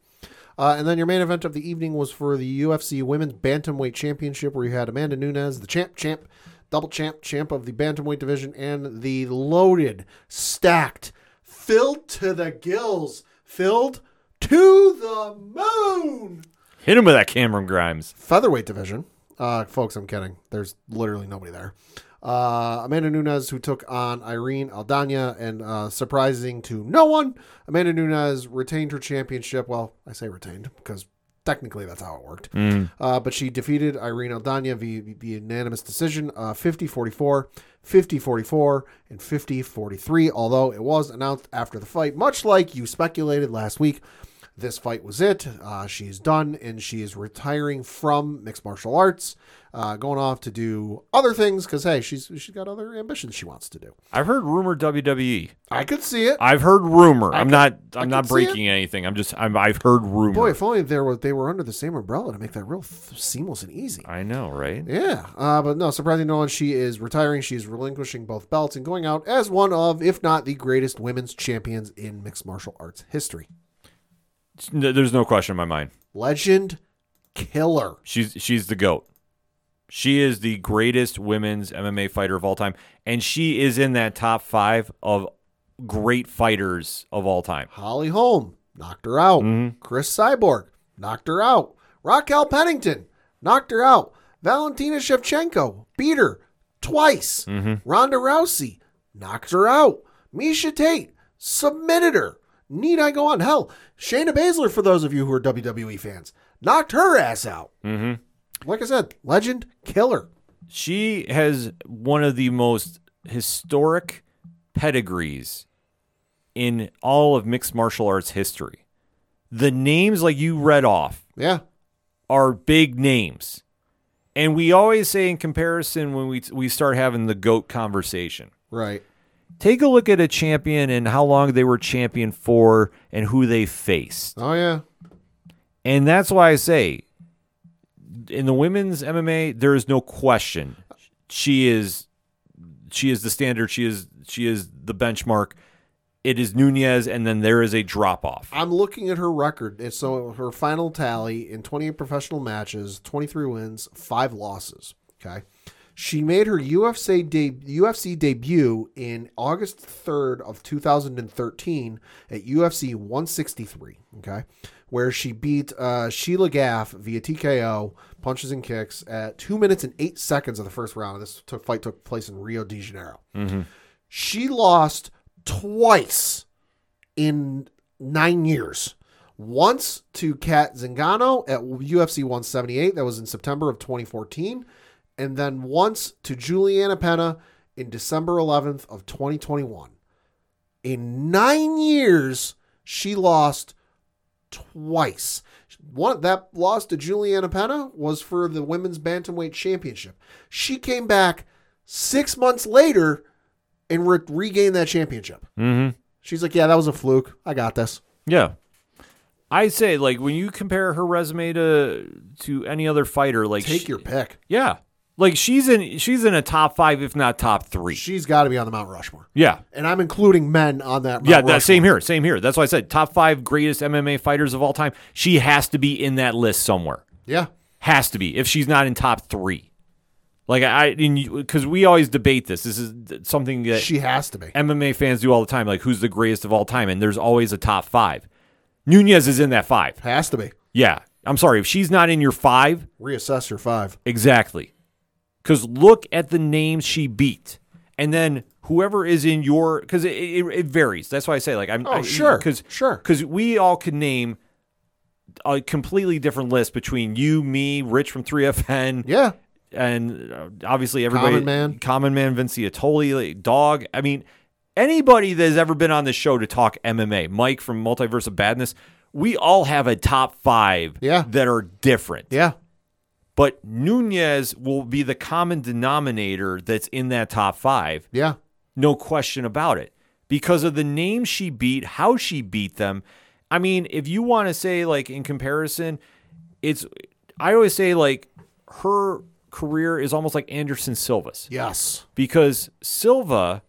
Uh, and then your main event of the evening was for the UFC Women's Bantamweight Championship, where you had Amanda Nunes, the champ, champ, double champ, champ of the Bantamweight division, and the loaded, stacked, filled to the gills, filled to the moon
Hit him with that Cameron Grimes.
featherweight division. Uh, folks, I'm kidding. There's literally nobody there. Uh, Amanda Nunes, who took on Irene Aldana, and uh, surprising to no one, Amanda Nunes retained her championship. Well, I say retained because technically that's how it worked. Uh, but she defeated Irene Aldana via, via unanimous decision uh, 50 44, 50 44, and 50 43. Although it was announced after the fight, much like you speculated last week, this fight was it. Uh, she's done and she is retiring from mixed martial arts, uh, going off to do other things because, hey, she's she's got other ambitions she wants to do.
I've heard rumor WWE.
I could see it.
I've heard rumor. I'm not. I'm
can
not
see
breaking anything. I'm just. I'm. I've heard rumor.
Boy, if only there were, they were under the same umbrella to make that real th- seamless and easy.
I know, right?
Yeah, uh, but no, surprising no one. She is retiring. She's relinquishing both belts and going out as one of, if not the greatest women's champions in mixed martial arts history.
It's- no- There's no question in my mind.
Legend, killer.
She's she's the goat. She is the greatest women's MMA fighter of all time, and she is in that top five of great fighters of all time.
Holly Holm knocked her out. Chris Cyborg knocked her out. Raquel Pennington knocked her out. Valentina Shevchenko beat her twice. Ronda Rousey knocked her out. Misha Tate submitted her. Need I go on? Hell, Shayna Baszler, for those of you who are WWE fans, knocked her ass out. Mm-hmm. Like I said, legend killer.
She has one of the most historic pedigrees in all of mixed martial arts history. The names like you read off
Yeah.
are big names. And we always say in comparison when we we start having the goat conversation.
Right.
Take a look at a champion and how long they were champion for and who they faced.
Oh, yeah.
And that's why I say in the women's MMA there is no question. She is she is the standard, she is she is the benchmark. It is Nunez and then there is a drop off.
I'm looking at her record. and So her final tally in 28 professional matches, 23 wins, five losses. Okay. She made her UFC de- UFC debut in August 3rd of 2013 at UFC 163. Okay, where she beat uh, Sheila Gaff via TKO punches and kicks at two minutes and eight seconds of the first round. This took, fight took place in Rio de Janeiro.
Mm-hmm.
She lost twice in nine years. Once to Kat Zingano at UFC 178, that was in September of 2014, and then once to Juliana Pena in December 11th of 2021. In nine years, she lost twice. One that loss to Juliana Pena was for the women's bantamweight championship. She came back six months later and re- regained that championship.
Mm-hmm.
She's like, yeah, that was a fluke. I got this.
Yeah. I say like when you compare her resume to to any other fighter like
Take
she-
your pick.
Yeah. Like she's in she's in a top 5 if not top 3.
She's got to be on the Mount Rushmore,
Yeah.
and I'm including men on that. Mount
Yeah,
Rushmore.
that same here, same here. That's why I said top 5 greatest MMA fighters of all time. She has to be in that list somewhere.
Yeah,
Has to be if she's not in top 3. Like I cuz we always debate this. This is th- something that
she has to be.
MMA fans do all the time like who's the greatest of all time and there's always a top 5. Nunez is in that 5.
Has to be.
Yeah. I'm sorry if she's not in your 5,
Reassess your five.
Exactly. Because look at the names she beat. And then whoever is in your, because it, it, it varies. That's why I say, like, I'm.
Oh,
I,
sure,
Cause,
sure.
Because we all could name a completely different list between you, me, Rich from 3FN,
Yeah,
and uh, obviously everybody.
Common Man.
Common Man, Vinci Atoli, like, Dog. I mean, anybody that has ever been on this show to talk MMA, Mike from Multiverse of Badness, we all have a top five
Yeah.
that are different.
Yeah.
But Nunez will be the common denominator that's in that top five
Yeah.
no question about it because of the names she beat how she beat them i mean if you want to say like in comparison it's i always say like her career is almost like anderson silva's
Yes.
because silva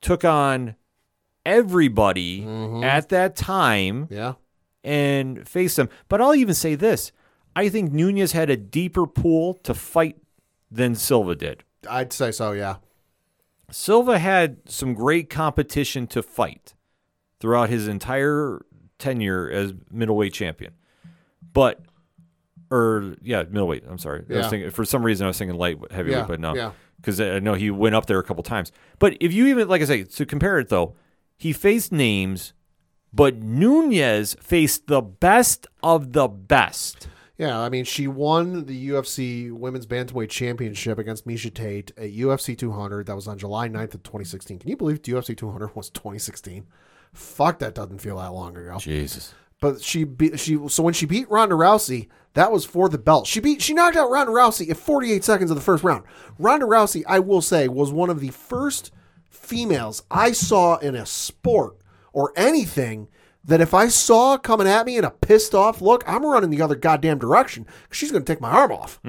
took on everybody at that time
Yeah.
and face them. But I'll even say this: I think Nunez had a deeper pool to fight than Silva did.
I'd say so. Yeah.
Silva had some great competition to fight throughout his entire tenure as middleweight champion. But or yeah, middleweight. I'm sorry. I was
Yeah.
thinking, for some reason, I was thinking light heavyweight,
Yeah,
but no,
yeah.
because I know he went up there a couple times. But if you even like I say to compare it though, he faced names, but Nunez faced the best of the best.
Yeah. I mean, she won the UFC Women's Bantamweight Championship against Misha Tate at UFC 200. That was on July 9th of 2016. Can you believe UFC 200 was 2016? Fuck, that doesn't feel that long ago.
Jesus.
But she beat she so when she beat Ronda Rousey, that was for the belt. She beat she knocked out Ronda Rousey at 48 seconds of the first round. Ronda Rousey, I will say, was one of the first females I saw in a sport or anything that if I saw coming at me in a pissed off look, I'm running the other goddamn direction 'cause she's going to take my arm off.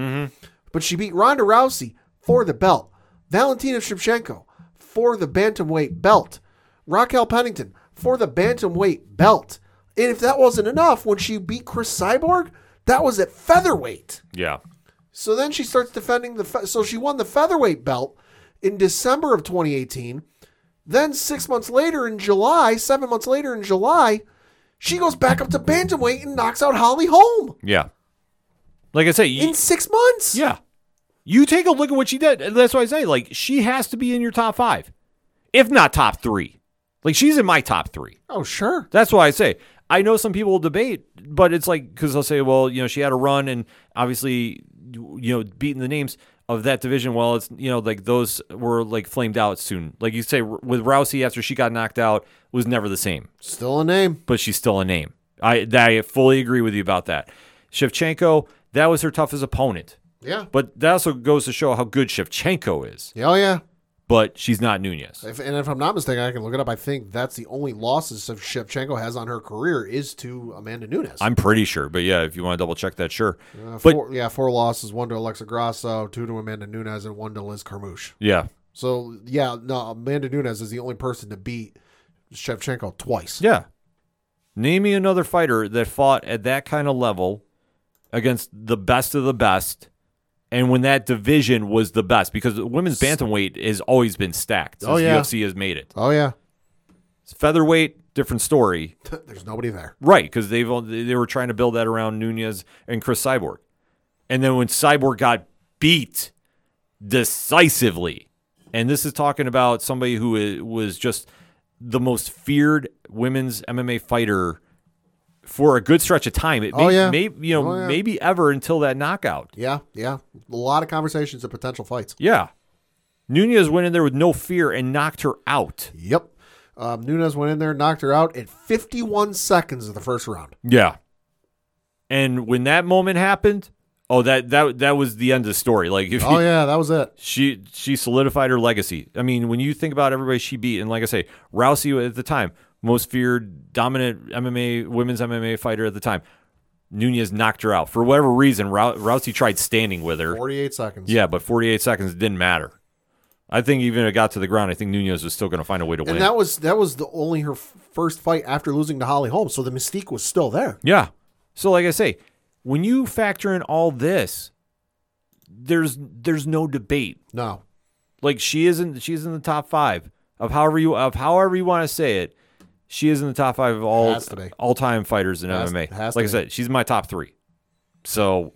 But she beat Ronda Rousey for the belt, Valentina Shevchenko for the bantamweight belt, Raquel Pennington for the bantamweight belt. And if that wasn't enough, when she beat Chris Cyborg, that was at featherweight.
Yeah.
So then she starts defending the. Fe- so she won the featherweight belt in December of 2018. Then six months later in July, seven months later in July, she goes back up to bantamweight and knocks out Holly Holm
Yeah. Like I say, you-
in six months.
Yeah. You take a look at what she did. and That's why I say, like, she has to be in your top five, if not top three. Like, she's in my top three.
Oh sure.
That's why I say, I know some people will debate, but it's like, because they'll say, well, you know, she had a run and obviously, you know, beating the names of that division. Well, it's, you know, like those were like flamed out soon. Like you say, with Rousey after she got knocked out was never the same
Still a name.
but she's still a name. I I fully agree with you about that. Shevchenko, that was her toughest opponent.
Yeah.
But that also goes to show how good Shevchenko is.
Yeah, oh yeah.
But she's not Nunez.
If, and if I'm not mistaken, I can look it up. I think that's the only losses of Shevchenko has on her career is to Amanda Nunes.
I'm pretty sure. But yeah, if you want to double check that, sure.
Uh,
but-
four, yeah, four losses: one to Alexa Grasso, two to Amanda Nunes, and one to Liz Carmouche.
Yeah.
So yeah, no, Amanda Nunes is the only person to beat Shevchenko twice.
Yeah. Name me another fighter that fought at that kind of level against the best of the best. And when that division was the best, because women's bantamweight has always been stacked since
Oh, yeah.
UFC has made it.
Oh yeah,
Featherweight, different story.
there's nobody there.
Right, because they've they were trying to build that around Nunez and Chris Cyborg, and then when Cyborg got beat decisively, and this is talking about somebody who i- was just the most feared women's MMA fighter for a good stretch of time. It may,
Oh, yeah.
may- you know
Oh, yeah.
maybe ever until that knockout.
Yeah, yeah, a lot of conversations of potential fights.
Yeah, Nunez went in there with no fear and knocked her out.
Yep. Um, Nunes went in there, knocked her out at 51 seconds of the first round.
Yeah. And when that moment happened, oh that that that was the end of the story. Like if
Oh
you-
yeah, that was it.
she she solidified her legacy. I mean, when you think about everybody she beat, and like I say, Rousey at the time, most feared dominant MMA women's MMA fighter at the time. Nunez knocked her out for whatever reason. Rou- Rousey tried standing with her.
48 seconds.
Yeah, but 48 seconds didn't matter. I think even if it got to the ground, I think Nunez was still going to find a way to win.
And that was that was the only her f- first fight after losing to Holly Holm, so the mystique was still there.
Yeah. So like I say, when you factor in all this, there's there's no debate.
No,
Like she isn't she's in the top five of however you of however you want to say it. She is in the top five of all
Has to be.
all time fighters in
Has-
MMA.
has to
like I
be.
said, she's in my top three. So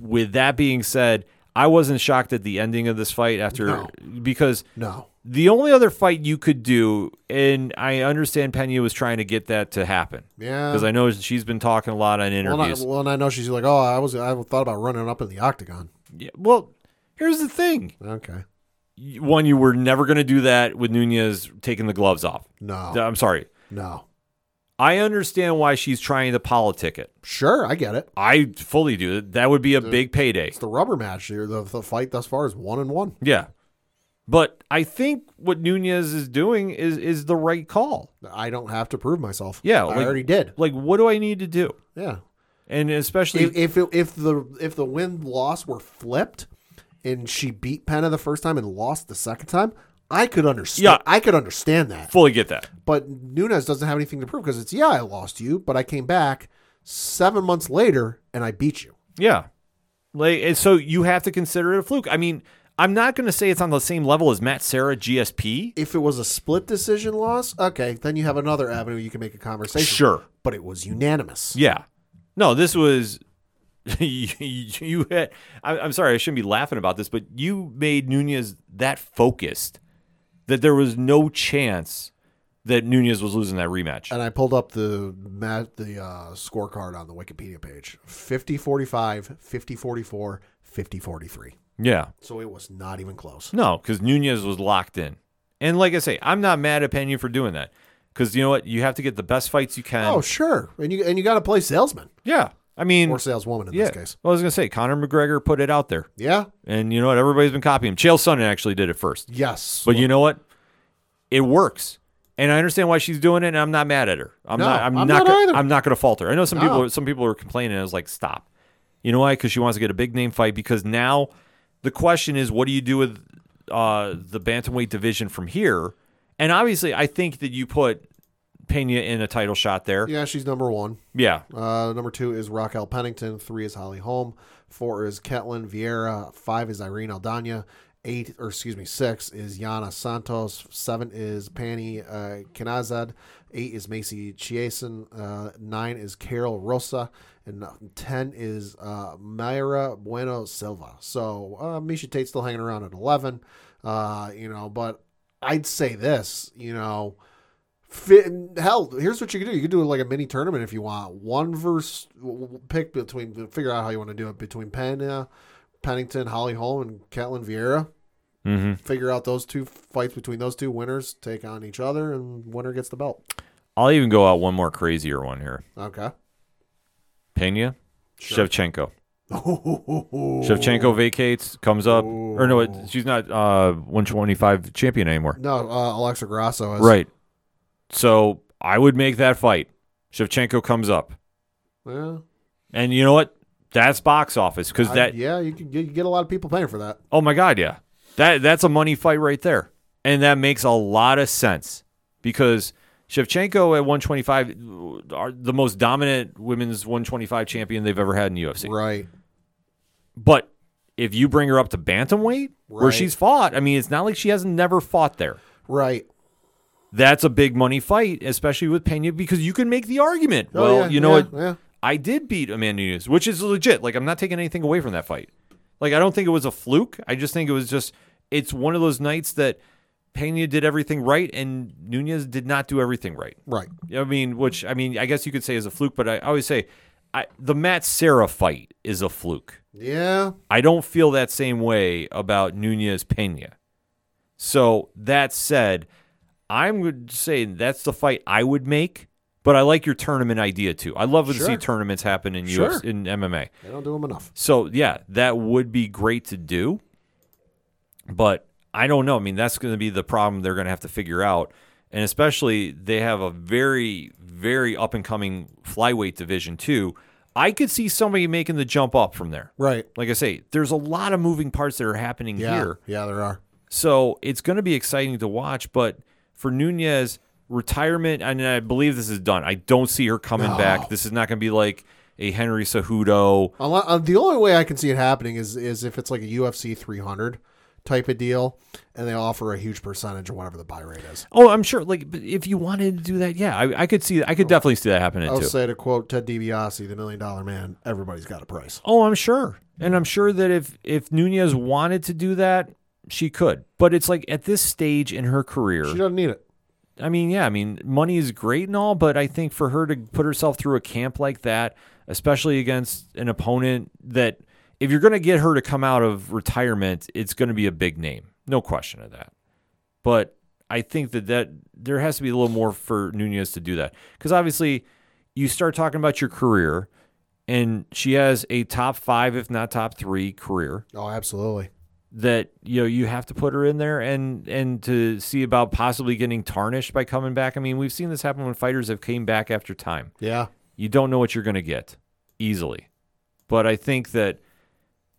with that being said, I wasn't shocked at the ending of this fight after
No.
because
no,
the only other fight you could do, and I understand Pena was trying to get that to happen.
Yeah.
Because I know she's been talking a lot on
Uh, well, not,
interviews.
well, and I know she's like, oh, I was I thought about running up in the octagon.
Yeah, well, here's the thing
Okay,
y- one, you were never going to do that with Nunez taking the gloves off.
No.
I'm sorry.
No.
I understand why she's trying to politic it.
Sure, I get it.
I fully do. That would be a big payday.
It's the rubber match here. The, the fight thus far is one and one.
Yeah. But I think what Nunez is doing is is the right call.
I don't have to prove myself.
Yeah,
I
like-
already did.
Like, what do I need to do?
Yeah.
And especially,
If if, it, if the if the win loss were flipped, and she beat Penna the first time and lost the second time, I could understand.
Yeah.
I could understand that.
fully get that.
But Nunes doesn't have anything to prove because it's yeah, I lost you, but I came back seven months later and I beat you.
Yeah. Like, and so you have to consider it a fluke. I mean, I'm not going to say it's on the same level as Matt Sarah GSP.
If it was a split decision loss, okay, then you have another avenue you can make a conversation.
Sure.
but it was unanimous.
Yeah. No, this was. you, you had, I, I'm sorry, I shouldn't be laughing about this, but you made Nunez that focused that there was no chance that Nunez was losing that rematch.
and I pulled up the ma- the uh, scorecard on the Wikipedia page 50 45, 50 44, 50 43.
yeah.
So it was not even close.
No, because Nunez was locked in. And like I say, I'm not mad at Pena for doing that. Because you know what? You have to get the best fights you can.
Oh, sure. And you and you got to play salesman
yeah. I mean,
or saleswoman in
yeah.
this case.
Well, I was going to say, Conor McGregor put it out there.
Yeah.
And you know what? Everybody's been copying him. Chael Sonnen actually did it first.
Yes.
But you know what? It works. And I understand why she's doing it, and I'm not mad at her. I'm
No,
not. I'm,
I'm
not.
not
gonna,
either.
I'm not going to falter. I know some
No.
people. Some people are complaining. I was like, stop. You know why? Because she wants to get a big name fight. Because now, the question is, what do you do with uh, the bantamweight division from here? And obviously, I think that you put Pena in a title shot there. Yeah.
yeah, she's number 1. Uh, number 2 is Raquel Pennington, 3 is Holly Holm, 4 is Ketlin Vieira, 5 is Irene Aldana. Eight, or excuse me, six is Yana Santos. Seven is Pani uh, Kinazad. Eight is Macy Chiasen. Uh, nine is Carol Rosa. And ten is uh, Mayra Bueno Silva. So uh, Misha Tate's still hanging around at 11. Uh, you know, but I'd say this, you know, fit, hell, here's what you could do. You could do like a mini tournament if you want. One verse pick between, figure out how you want to do it between Pena, Pennington, Holly Holm, and Catelyn Vieira.
Mm-hmm.
Figure out those two fights between those two winners, take on each other, and winner gets the belt.
I'll even go out one more crazier one here.
Okay.
Pena, Shevchenko.
Shevchenko.
Shevchenko vacates, comes up, or no, it, she's not uh, 125 champion anymore.
No, uh, Alexa Grasso is.
Right. So I would make that fight. Shevchenko comes up,
Yeah,
and you know what? That's box office because
I-
that.
yeah, you could you could get a lot of people paying for that.
Oh my god, yeah. That that's a money fight right there, and that makes a lot of sense because Shevchenko at 125 are the most dominant women's 125 champion they've ever had in UFC.
Right.
But if you bring her up to bantamweight, where
Right.
she's fought, I mean, it's not like she hasn't never fought there.
Right.
that's a big money fight, especially with Pena, because you can make the argument.
Oh,
well,
yeah,
you know
yeah,
what?
yeah.
I did beat Amanda Nunes, which is legit. Like I'm not taking anything away from that fight. Like I don't think it was a fluke. I just think it was just it's one of those nights that Pena did everything right and Nunez did not do everything right.
Right.
I mean, which I mean, I guess you could say is a fluke, but I always say I, the Matt Sarah fight is a fluke.
Yeah.
I don't feel that same way about Nunez Pena. So that said, I'm saying that's the fight I would make. But I like your tournament idea too. I love to see
Sure.
tournaments happen in
Sure.
UFC, in MMA.
They don't do them enough.
So yeah, that would be great to do. But I don't know. I mean, that's going to be the problem they're going to have to figure out. And especially they have a very, very up and coming flyweight division too. I could see somebody making the jump up from there
Right.
like I say, there's a lot of moving parts that are happening
Yeah.
here.
Yeah, there are.
So it's going to be exciting to watch. But for Nunez, retirement, and I believe this is done. I don't see her coming back. This is not going to be like a Henry Cejudo.
Unle- uh, the only way I can see it happening is is if it's like a UFC 300 type of deal, and they offer a huge percentage or whatever the buy rate is.
Oh, I'm sure. Like, but if you wanted to do that, yeah, I, I could see. I could definitely see that happening
I'll
too.
say to quote Ted DiBiase, the Million Dollar Man, everybody's got a price.
Oh, I'm sure. And I'm sure that if if Nunez wanted to do that, she could. But it's like at this stage in her career,
She doesn't need it.
I mean, yeah, I mean, money is great and all, but I think for her to put herself through a camp like that, especially against an opponent that, if you're going to get her to come out of retirement, it's going to be a big name. No question of that. But I think that, that there has to be a little more for Nunez to do that. Because obviously, you start talking about your career, and she has a top five, if not top three, career
Oh, absolutely.
that you know you have to put her in there and and to see about possibly getting tarnished by coming back. I mean, we've seen this happen when fighters have came back after time
Yeah.
you don't know what you're going to get easily. But I think that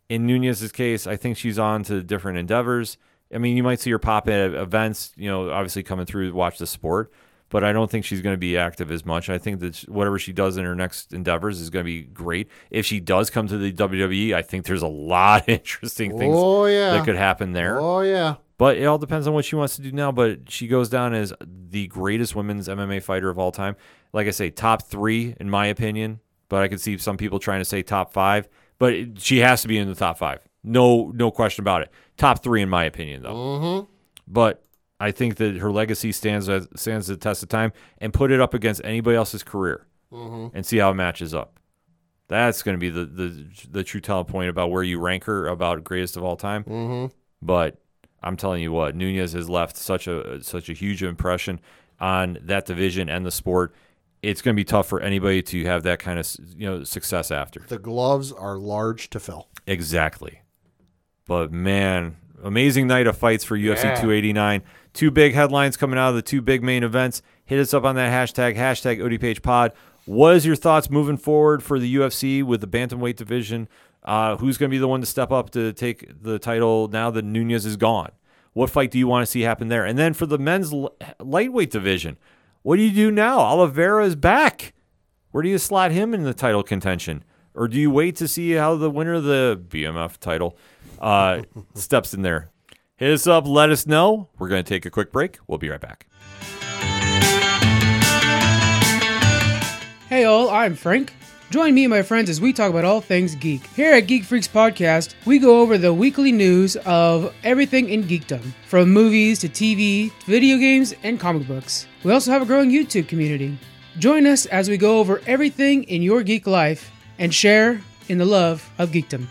in Nunez's case, I think she's on to different endeavors. I mean, you might see her pop in at events, you know, obviously coming through to watch the sport, but I don't think she's going to be active as much. I think that sh- whatever she does in her next endeavors is going to be great. If she does come to the WWE, I think there's a lot of interesting things
Oh yeah.
that could happen there.
Oh yeah.
But it all depends on what she wants to do now. But she goes down as the greatest women's MMA fighter of all time. Like I say, top three in my opinion. But I could see some people trying to say top five. But it, she has to be in the top five. No, no question about it. Top three in my opinion, though. But I think that her legacy stands as, stands the test of time, and put it up against anybody else's career, and see how it matches up. That's going to be the, the the true telling point about where you rank her about greatest of all time. But I'm telling you what, Nunez has left such a such a huge impression on that division and the sport. It's going to be tough for anybody to have that kind of you know success after.
The gloves are large to fill.
Exactly. But man, amazing night of fights for UFC 289. Two big headlines coming out of the two big main events. Hit us up on that hashtag, hashtag ODPHPod. What is your thoughts moving forward for the UFC with the bantamweight division? Uh, who's going to be the one to step up to take the title now that Nunez is gone? What fight do you want to see happen there? And then for the men's l- lightweight division, what do you do now? Oliveira is back. Where do you slot him in the title contention? Or do you wait to see how the winner of the BMF title uh, steps in there? Hit us up, let us know. We're going to take a quick break. We'll be right back.
Hey all, I'm Frank. Join me and my friends as we talk about all things geek. Here at Geek Freaks Podcast, we go over the weekly news of everything in geekdom, from movies to TV, to video games, and comic books. We also have a growing YouTube community. Join us as we go over everything in your geek life and share in the love of geekdom.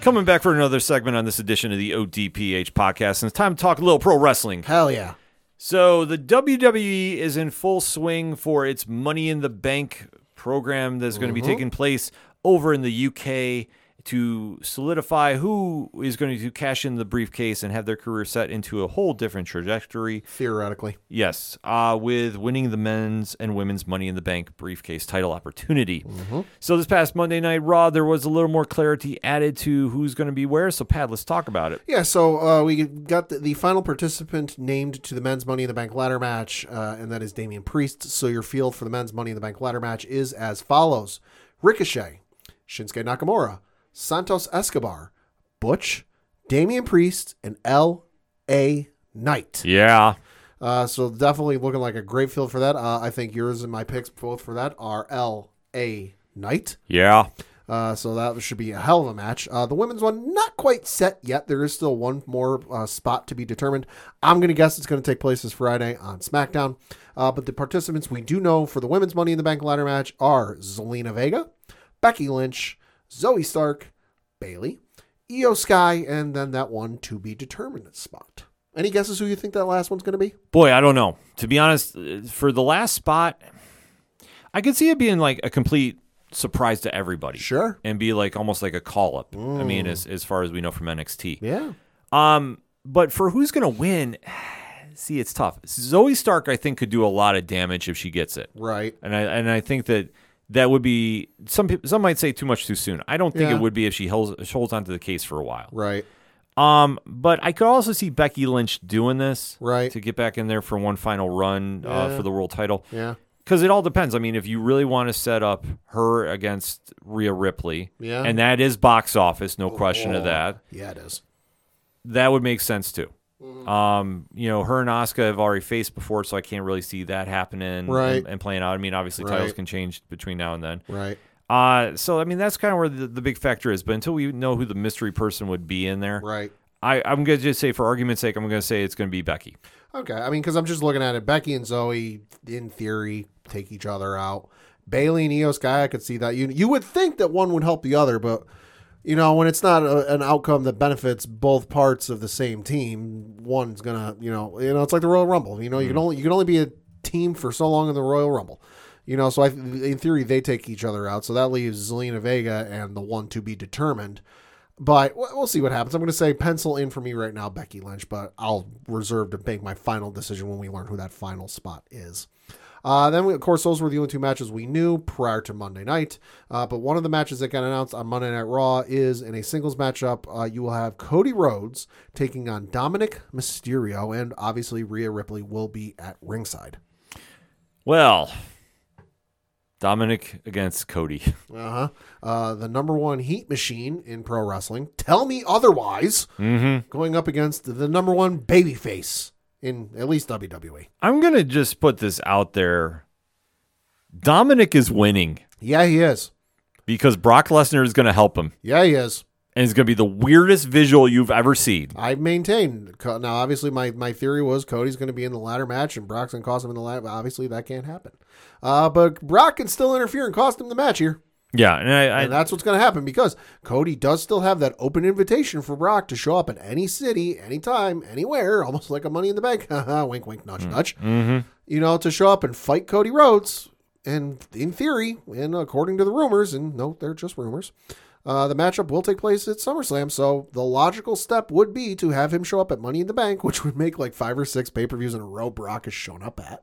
Coming back for another segment on this edition of the ODPH podcast, and it's time to talk a little pro wrestling.
Hell yeah.
So the WWE is in full swing for its Money in the Bank program that's going to be taking place over in the UK to solidify who is going to cash in the briefcase and have their career set into a whole different trajectory.
Theoretically.
Yes, uh, with winning the men's and women's Money in the Bank briefcase title opportunity. So this past Monday Night Raw, there was a little more clarity added to who's going to be where. So Pat, let's talk about it.
Yeah, so uh, we got the, the final participant named to the men's Money in the Bank ladder match, uh, and that is Damian Priest. So your field for the men's Money in the Bank ladder match is as follows Ricochet, Shinsuke Nakamura, Santos Escobar, Butch, Damian Priest, and L.A. Knight.
Yeah,
Uh, so definitely looking like a great field for that. Uh, I think yours and my picks both for that are L.A. Knight.
yeah.
Uh, so that should be a hell of a match. Uh, the women's one, not quite set yet. There is still one more uh, spot to be determined. I'm going to guess it's going to take place this Friday on SmackDown. Uh, but the participants we do know for the women's Money in the Bank ladder match are Zelina Vega, Becky Lynch, Zoe Stark, Bailey, Io Sky, and then that one to be determined spot. Any guesses who you think that last one's going to be?
Boy, I don't know. To be honest, uh, for the last spot, I could see it being like a complete surprise to everybody.
Sure. Mm.
And be like almost like a call up. I mean, as, as far as we know from NXT.
Yeah.
Um, but for who's going to win, see, it's tough. Zoe Stark, I think, could do a lot of damage if she gets it.
Right.
And I and I think that that would be some people some might say too much too soon. I don't think
Yeah.
it would be if she holds holds onto the case for a while.
Right.
Um, but I could also see Becky Lynch doing this,
Right.
to get back in there for one final run uh, for the world title.
Yeah.
Because it all depends. I mean, if you really want to set up her against Rhea Ripley,
Yeah. Oh.
and that is box office, no question of that
Yeah, it is.
that would make sense too.
Mm-hmm.
Um, you know, her and Asuka have already faced before, so I can't really see that happening
Right.
and, and playing out. I mean, obviously titles
Right.
can change between now and then.
Right.
Uh, so I mean, that's kind of where the, the big factor is. But until we know who the mystery person would be in there,
Right.
I, I'm gonna just say, for argument's sake, I'm gonna say it's gonna be Becky.
Okay, I mean, because I'm just looking at it. Becky and Zoe, in theory, take each other out, Bailey and Eos guy, I could see that. You you would think that one would help the other, but you know when it's not a, an outcome that benefits both parts of the same team, one's gonna you know you know it's like the Royal Rumble. You know you can only you can only be a team for so long in the Royal Rumble. You know, so I, in theory, they take each other out. So that leaves Zelina Vega and the one to be determined. But we- we'll see what happens. I'm going to say pencil in for me right now, Becky Lynch, but I'll reserve to make my final decision when we learn who that final spot is. Uh, then, we, of course, those were the only two matches we knew prior to Monday night. Uh, but one of the matches that got announced on Monday Night Raw is in a singles matchup. Uh, you will have Cody Rhodes taking on Dominic Mysterio, and obviously Rhea Ripley will be at ringside.
Well, Dominic against Cody.
Uh-huh. Uh The number one heat machine in pro wrestling. Tell me otherwise. Going up against the number one babyface in at least E. WWE.
I'm going to just put this out there. Dominic is winning
Yeah, he is.
because Brock Lesnar is going to help him.
Yeah, he is.
And it's going to be the weirdest visual you've ever seen.
I maintain. Co- Now, obviously, my, my theory was Cody's going to be in the ladder match and Brock's going to cost him in the ladder. Obviously, that can't happen. Uh, but Brock can still interfere and cost him the match here.
Yeah. And I, I
and that's what's going to happen because Cody does still have that open invitation for Brock to show up in any city, anytime, anywhere, almost like a Money in the Bank. wink, wink, nudge, nudge. You know, to show up and fight Cody Rhodes. And in theory, and according to the rumors, and no, they're just rumors, uh, the matchup will take place at SummerSlam. So the logical step would be to have him show up at Money in the Bank, which would make like five or six pay per views in a row Brock has shown up at.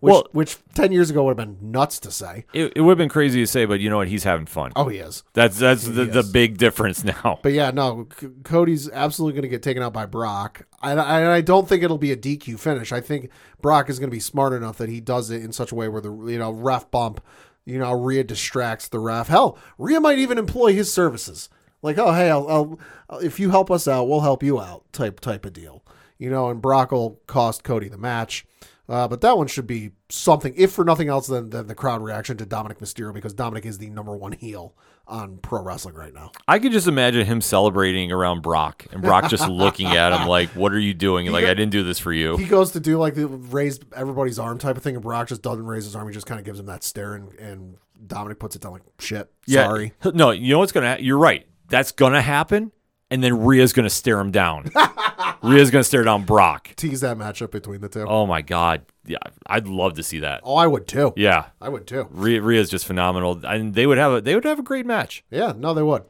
Which,
Well-
which 10 years ago would have been nuts to say.
it, it would have been crazy to say, but you know what? He's having fun.
Oh, he is.
That's that's the, the
Yes.
big difference now.
But yeah, no, C- Cody's absolutely going to get taken out by Brock. I, I, I don't think it'll be a DQ finish. I think Brock is going to be smart enough that he does it in such a way where the you know ref bump, you know Rhea distracts the ref. Hell, Rhea might even employ his services. Like, oh hey, I'll, I'll, if you help us out, we'll help you out. Type type of deal, you know. And Brock will cost Cody the match. Uh, but that one should be something, if for nothing else than, than the crowd reaction to Dominic Mysterio, because Dominic is the number one heel on pro wrestling right now.
I could just imagine him celebrating around Brock and Brock just looking at him like, "What are you doing? Like, I didn't do this for you."
he goes to do like the raise everybody's arm type of thing, and Brock just doesn't raise his arm. He just kind of gives him that stare, and, and Dominic puts it down like shit. Sorry.
No, you know what's gonna. Ha- You're right. That's gonna happen, and then Rhea's gonna stare him down. Rhea's gonna stare down Brock.
Tease that matchup between the two. Oh,
Oh my god. Yeah, I'd love to see that.
I would too.
Yeah,
I would too.
Rhea, Rhea's just phenomenal, and they would have a they would have a great match.
Yeah, no, they would.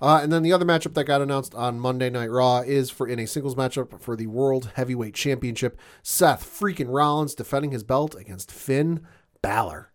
Uh, and then the other matchup that got announced on Monday Night Raw is for in a singles matchup for the World Heavyweight Championship. Seth freaking Rollins defending his belt against Finn Balor.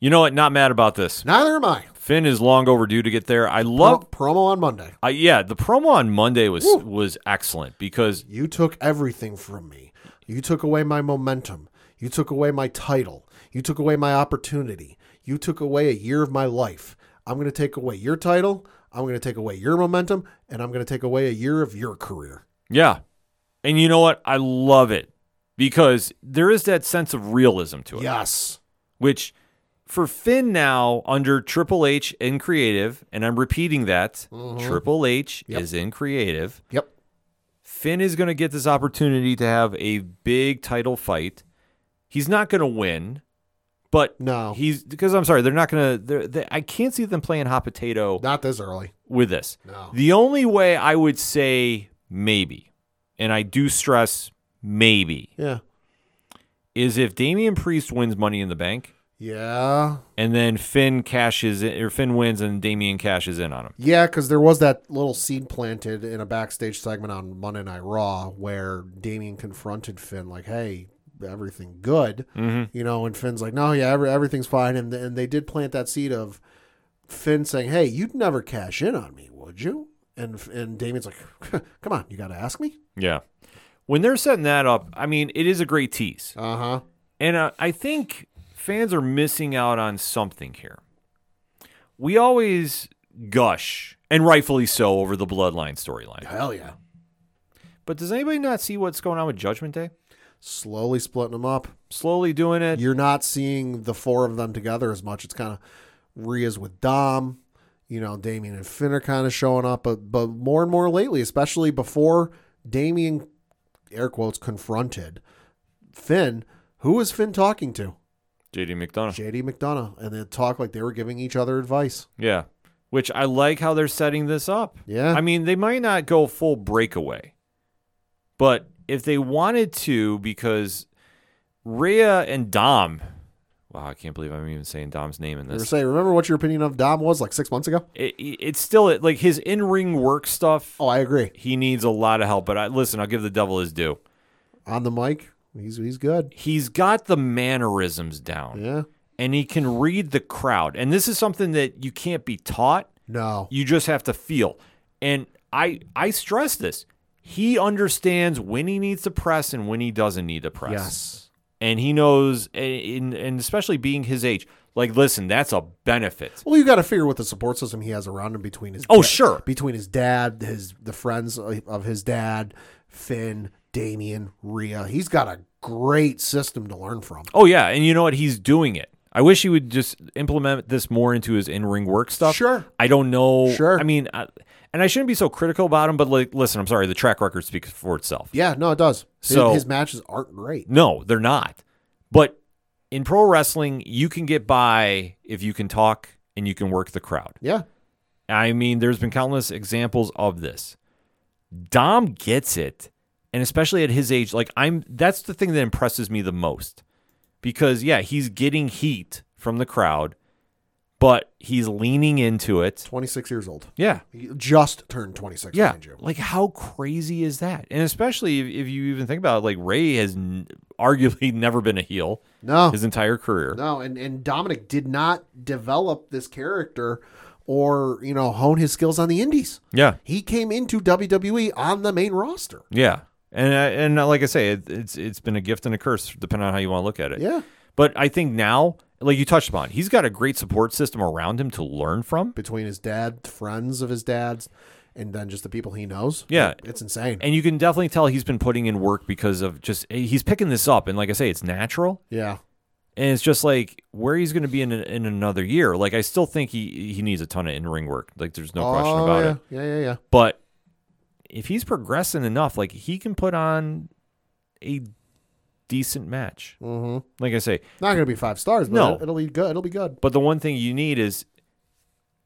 You know what? Not mad about this.
Neither am I.
Finn is long overdue to get there. I love.
Pro- promo on Monday.
Uh, yeah, the promo on Monday was was excellent because
You took everything from me. You took away my momentum. You took away my title. You took away my opportunity. You took away a year of my life. I'm going to take away your title. I'm going to take away your momentum. And I'm going to take away a year of your career.
Yeah. And you know what? I love it because there is that sense of realism to it,
Yes.
which for Finn now under Triple H in creative, and I'm repeating that
Mm-hmm.
Triple H is in creative.
Yep.
Finn is going to get this opportunity to have a big title fight. He's not going to win, but
No.
he's because I'm sorry, they're not going to. They, I can't see them playing hot potato
Not this early.
with this.
No.
The only way I would say maybe, and I do stress maybe,
Yeah.
is if Damian Priest wins Money in the Bank
Yeah.
and then Finn cashes in, or Finn wins and Damian cashes in on him.
Yeah, because there was that little seed planted in a backstage segment on Monday Night Raw where Damien confronted Finn like, "Hey, everything good?" You know, and Finn's like, "No, yeah, every, everything's fine." And and they did plant that seed of Finn saying, "Hey, you'd never cash in on me, would you?" And and Damien's like, "Come on, you got to ask me."
Yeah. When they're setting that up, I mean, it is a great tease.
Uh huh.
And uh, I think fans are missing out on something here. We always gush, and rightfully so, over the Bloodline storyline.
Hell yeah.
But does anybody not see what's going on with Judgment Day?
Slowly splitting them up.
Slowly doing it.
you're not seeing the four of them together as much. It's kind of Rhea's with Dom, you know, Damien and Finn are kind of showing up, but but more and more lately, especially before Damien, air quotes, confronted Finn. Who is Finn talking to?
JD McDonough.
JD McDonough, and they talk like they were giving each other advice.
Yeah. Which I like how they're setting this up.
Yeah.
I mean, they might not go full breakaway, but if they wanted to, because Rhea and Dom, wow, I can't believe I'm even saying Dom's name in
They were
this.
saying, remember what your opinion of Dom was like six months ago?
It, it- it's still like his in ring work stuff.
Oh, I agree.
He needs a lot of help, but I, listen, I'll give the devil his due.
On the mic, he's he's good.
He's got the mannerisms down
Yeah.
and he can read the crowd. And this is something that you can't be taught.
No.
You just have to feel. And I I stress this. He understands when he needs to press and when he doesn't need to press.
Yes.
And he knows and, and especially being his age, like listen, that's a benefit.
Well, you got to figure what the support system he has around him between his
Oh, sure.
between his dad, his the friends of his dad, Finn, Damien, Rhea. He's got a great system to learn from.
Oh yeah, and you know what? He's doing it. I wish he would just implement this more into his in-ring work stuff.
Sure.
I don't know.
Sure.
I mean, I, and I shouldn't be so critical about him, but like, listen, I'm sorry. The track record speaks for itself.
Yeah, no, it does. His-
So-
his matches aren't great.
No, they're not. But in pro wrestling, you can get by if you can talk and you can work the crowd.
Yeah.
I mean, there's been countless examples of this. Dom gets it, and especially at his age, like I'm that's the thing that impresses me the most. Because yeah, he's getting heat from the crowd, but he's leaning into it.
26 years old.
Yeah.
He just turned 26,
Yeah.
mind you.
Like how crazy is that? And especially if, if you even think about it, like Ray has n- arguably never been a heel
No.
his entire career.
Oh. No, and, and Dominic did not develop this character or, you know, hone his skills on the indies.
Yeah.
He came into WWE on the main roster.
Yeah. And I- and like I say, it, it's it's been a gift and a curse depending on how you want to look at it.
Yeah.
But I think now, like you touched upon, he's got a great support system around him to learn from.
Between his dad, friends of his dad's, and then just the people he knows.
Yeah.
It's insane.
And you can definitely tell he's been putting in work because of just eh, he's picking this up. And like I say, it's natural.
yeah.
And it's just like where he's going to be in, in another year. Like I still think he he needs a ton of in ring work. Like there's no question
Oh,
about
yeah.
it.
Yeah, yeah, yeah.
But if he's progressing enough, like he can put on a decent match.
Mhm.
Like I say,
Not going to be five stars, but
No.
it'll, it'll be good. It'll be good.
But the one thing you need is,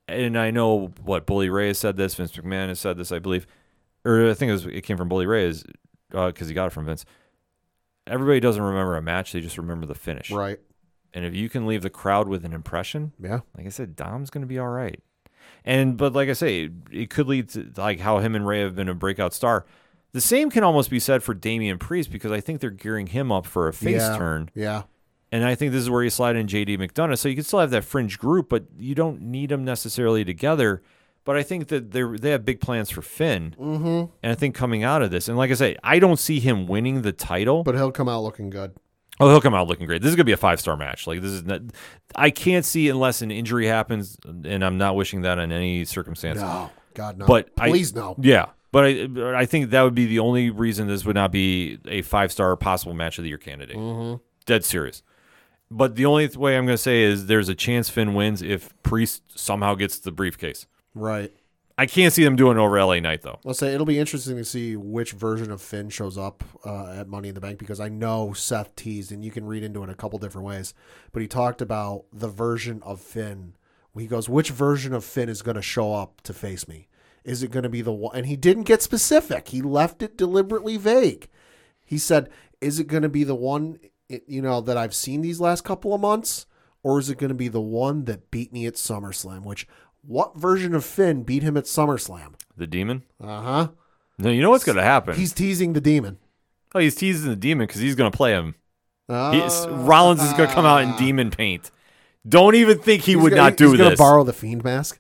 and I know what Bully Ray has said this, Vince McMahon has said this, I believe, or I think it, was, it came from Bully Ray, is because he got it from Vince. Everybody doesn't remember a match; they just remember the finish.
Right.
And if you can leave the crowd with an impression,
Yeah.
like I said, Dom's going to be all right. And but like I say, it could lead to like how him and Ray have been a breakout star. The same can almost be said for Damian Priest because I think they're gearing him up for a face
yeah.
turn.
Yeah.
And I think this is where you slide in JD McDonough. So you can still have that fringe group, but you don't need them necessarily together. But I think that they they have big plans for Finn. Mm-hmm. And I think coming out of this, and like I say, I don't see him winning the title. But
But he'll come out looking good.
oh, he'll come out looking great. This is gonna be a five star match. Like this is, not, I can't see unless an injury happens, and I'm not wishing that in any circumstance.
No. God, no.
But I-
Please, no.
Yeah, but I but I think that would be the only reason this would not be a five star possible match of the year candidate.
Mm-hmm.
Dead serious. But the only th- way I'm going to say is there's a chance Finn wins if Priest somehow gets the briefcase.
Right.
I can't see them doing it over LA Night though.
Let's say it'll be interesting to see which version of Finn shows up uh, at Money in the Bank because I know Seth teased, and you can read into it a couple different ways, but he talked about the version of Finn. He goes, which version of Finn is going to show up to face me? Is it going to be the one? And he didn't get specific. He left it deliberately vague. He said, is it going to be the one, it- you know, that I've seen these last couple of months? Or is it going to be the one that beat me at SummerSlam? Which, what version of Finn beat him at SummerSlam?
The demon.
Uh huh.
No, you know what's going to happen.
He's teasing the demon.
oh, he's teasing the demon because he's going to play him. He's,
Uh,
Rollins is going to come out in demon paint. Don't even think he
Ah. he's
would
gonna-
not do
he's
this.
Gonna borrow the fiend mask.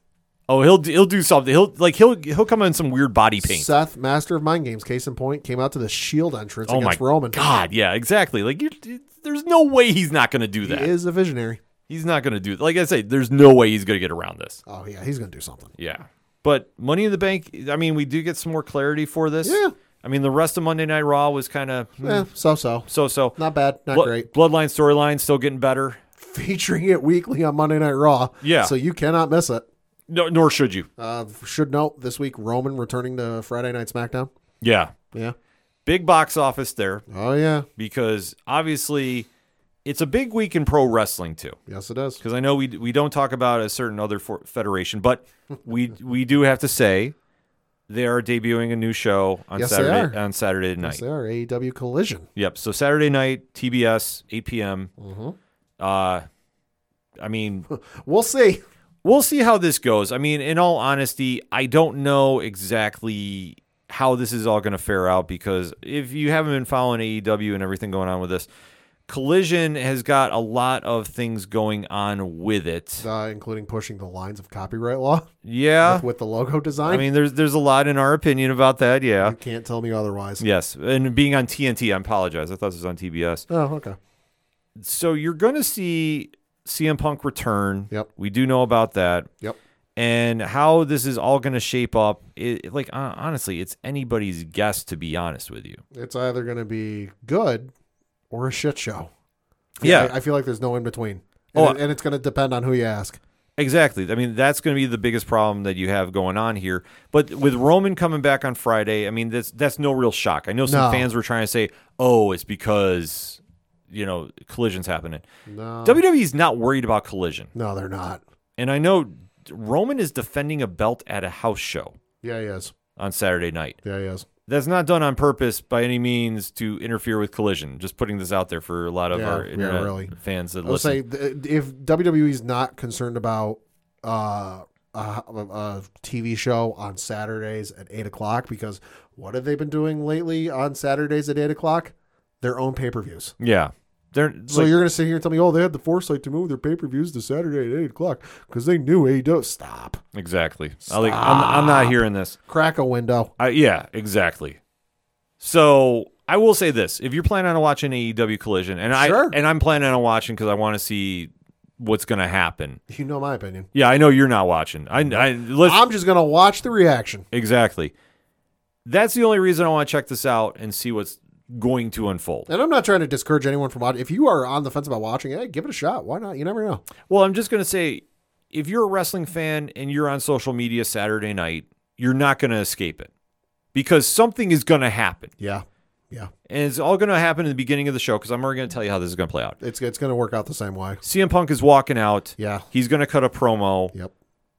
oh, he'll d- he'll do something. He'll like he'll he'll come in some weird body paint.
Seth, master of mind games, case in point, came out to the Shield E entrance
oh my
against Roman.
god yeah exactly like you there's no way he's not going to do
he
that
is a visionary.
he's not going to do like i say there's no way he's going to get around this
Oh yeah, he's gonna do something.
yeah but money in the bank i mean we do get some more clarity for this
Yeah.
i mean the rest of monday night raw was kind of
Eh, so so,
so so
not bad, not great.
bloodline storyline still getting better
Featuring it weekly on Monday Night Raw.
Yeah.
so you cannot miss it.
no, nor should you
Uh, should note this week Roman returning to Friday Night SmackDown.
yeah
Yeah.
big box office there
Oh yeah.
because obviously It's a big week in pro wrestling too,
Yes, it is.
because I know we we don't talk about a certain other for, federation, but we we do have to say they are debuting a new show on
Yes, they
Saturday
are.
on Saturday night.
Yes, they are. AEW Collision.
Yep. So Saturday night, TBS, 8 p.m.
Mm-hmm.
Uh, I mean,
We'll see.
we'll see how this goes. I mean, in all honesty, I don't know exactly how this is all going to fare out because if you haven't been following AEW and everything going on with this, Collision has got a lot of things going on with it.
Uh, including pushing the lines of copyright law
Yeah.
with, with the logo design.
I mean, there's there's a lot in our opinion about that. Yeah.
you can't tell me otherwise.
Yes. And being on TNT, I apologize. I thought this was on TBS.
Oh, okay.
so you're going to see CM Punk return.
Yep.
We do know about that.
Yep.
And how this is all going to shape up, it, like hon- honestly, it's anybody's guess. To be honest with you,
It's either going to be good or a shit show.
Yeah.
I, I feel like there's no in between.
Oh,
Oh, and, it's going to depend on who you ask.
exactly. I mean, that's going to be the biggest problem that you have going on here. But with Roman coming back on Friday, I mean, that's that's no real shock. I know some
No.
fans were trying to say, "Oh, it's because you know collisions happening."
No.
WWE's E not worried about collision,
no, they're not.
and I know Roman is defending a belt at a house show
Yeah, he is.
on Saturday night.
Yeah, he is.
that's not done on purpose by any means to interfere with collision. Just putting this out there for a lot of
Yeah,
our
yeah,
internet
really.
fans that
I would
listen.
say th- if WWE's not concerned about uh, a, a TV show on Saturdays at eight o'clock, because what have they been doing lately on Saturdays at eight o'clock? Their own pay per views.
yeah, they're
So
like,
you're going to sit here and tell me, oh, they had the foresight to move their pay per views to Saturday at eight o'clock because they knew AEW. Stop.
exactly. I like, I'm, I'm not hearing this.
Crack a window.
I, yeah, exactly. So I will say this: if you're planning on watching AEW Collision, and
Sure.
I and I'm planning on watching because I want to see what's going to happen.
You know my opinion.
Yeah, I know you're not watching. I, I let's
I'm just going to watch the reaction.
exactly. That's the only reason I want to check this out and see what's going to unfold.
And I'm not trying to discourage anyone from watching. If you are on the fence about watching, hey, give it a shot. Why not? You never know.
Well, I'm just going to say if you're a wrestling fan and you're on social media Saturday night, you're not going to escape it because something is going to happen.
Yeah. Yeah.
And it's all going to happen in the beginning of the show because I'm already going to tell you how this is going to play out.
It's, it's going to work out the same way.
CM Punk is walking out.
Yeah.
He's going to cut a promo.
Yep.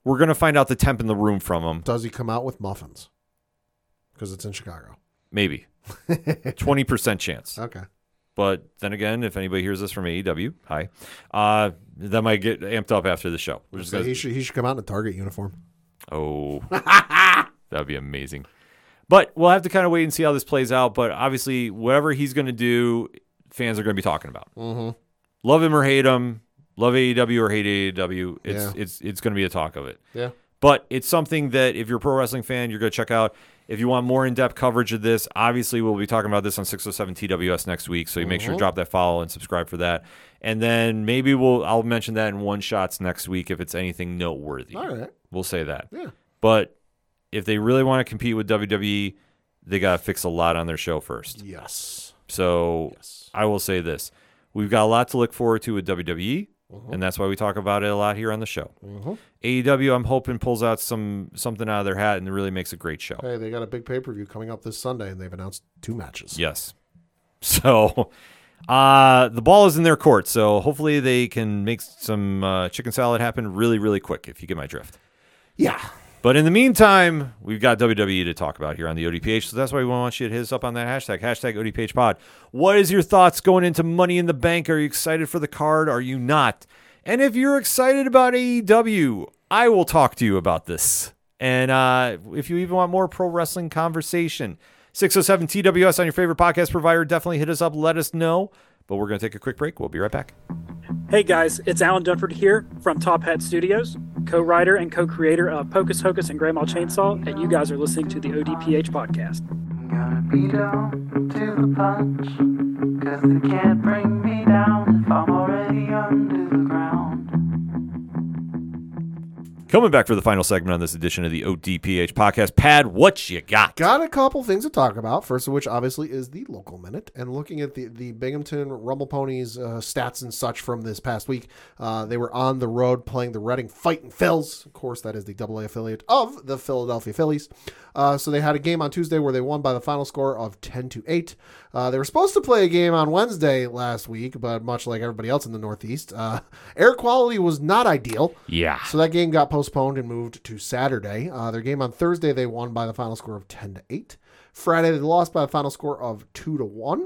We're going to find out the temp in the room from him.
Does he come out with muffins? Because it's in Chicago.
Maybe. 20% chance.
Okay.
But then again, if anybody hears this from AEW, hi, uh, that might get amped up after the show. We're just
So
gonna-
he should he should come out in a Target uniform.
Oh, that'd be amazing. But we'll have to kind of wait and see how this plays out. But obviously, whatever he's going to do, fans are going to be talking about.
Mhm.
Love him or hate him, love AEW or hate AEW. It's
Yeah.
it's it's going to be a talk of it.
Yeah.
But it's something that if you're a pro wrestling fan, you're going to check out. If you want more in depth coverage of this, obviously we'll be talking about this on 607 TWS next week. So you make sure
Uh-huh.
to drop that follow and subscribe for that. And then maybe we'll I'll mention that in one shots next week if it's anything noteworthy.
All right.
We'll say that.
Yeah.
But if they really want to compete with WWE, they got to fix a lot on their show first.
Yes.
So
Yes.
I will say this we've got a lot to look forward to with WWE, and that's why we talk about it a lot here on the show. AEW, I'm hoping, pulls out some something out of their hat and really makes a great show.
Hey, they got a big pay per view coming up this Sunday, and they've announced two matches.
Yes. So uh, the ball is in their court. So hopefully they can make some uh, chicken salad happen really, really quick, if you get my drift.
Yeah.
But in the meantime, we've got WWE to talk about here on the ODPH. So that's why we want you to hit us up on that hashtag, hashtag ODPH pod. What is your thoughts going into Money in the Bank? Are you excited for the card? Are you not? And if you're excited about AEW, I will talk to you about this. And uh, if you even want more pro wrestling conversation, 607 TWS on your favorite podcast provider, definitely hit us up. Let us know. But we're going to take a quick break. We'll be right back.
Hey guys, it's Alan Dunford here from Top Hat Studios, co writer and co creator of Pocus Hocus and Grandma Chainsaw, and you guys are listening to the ODPH podcast.
Gotta be down to the punch. Cause they can't bring me down if I'm already under the ground.
Coming back for the final segment on this edition of the ODPH podcast. Pad, what you got?
Got a couple things to talk about. First of which, obviously, is the local minute and looking at the the Binghamton Rumble Ponies uh, stats and such from this past week. Uh, they were on the road playing the Reading Fighting Phils. Of course, that is the Double A affiliate of the Philadelphia Phillies. Uh, so they had a game on Tuesday where they won by the final score of ten to eight. Uh, they were supposed to play a game on Wednesday last week, but much like everybody else in the Northeast, uh, air quality was not ideal.
Yeah.
So that game got postponed and moved to Saturday. Uh, their game on Thursday they won by the final score of ten to eight. Friday they lost by a final score of two to one.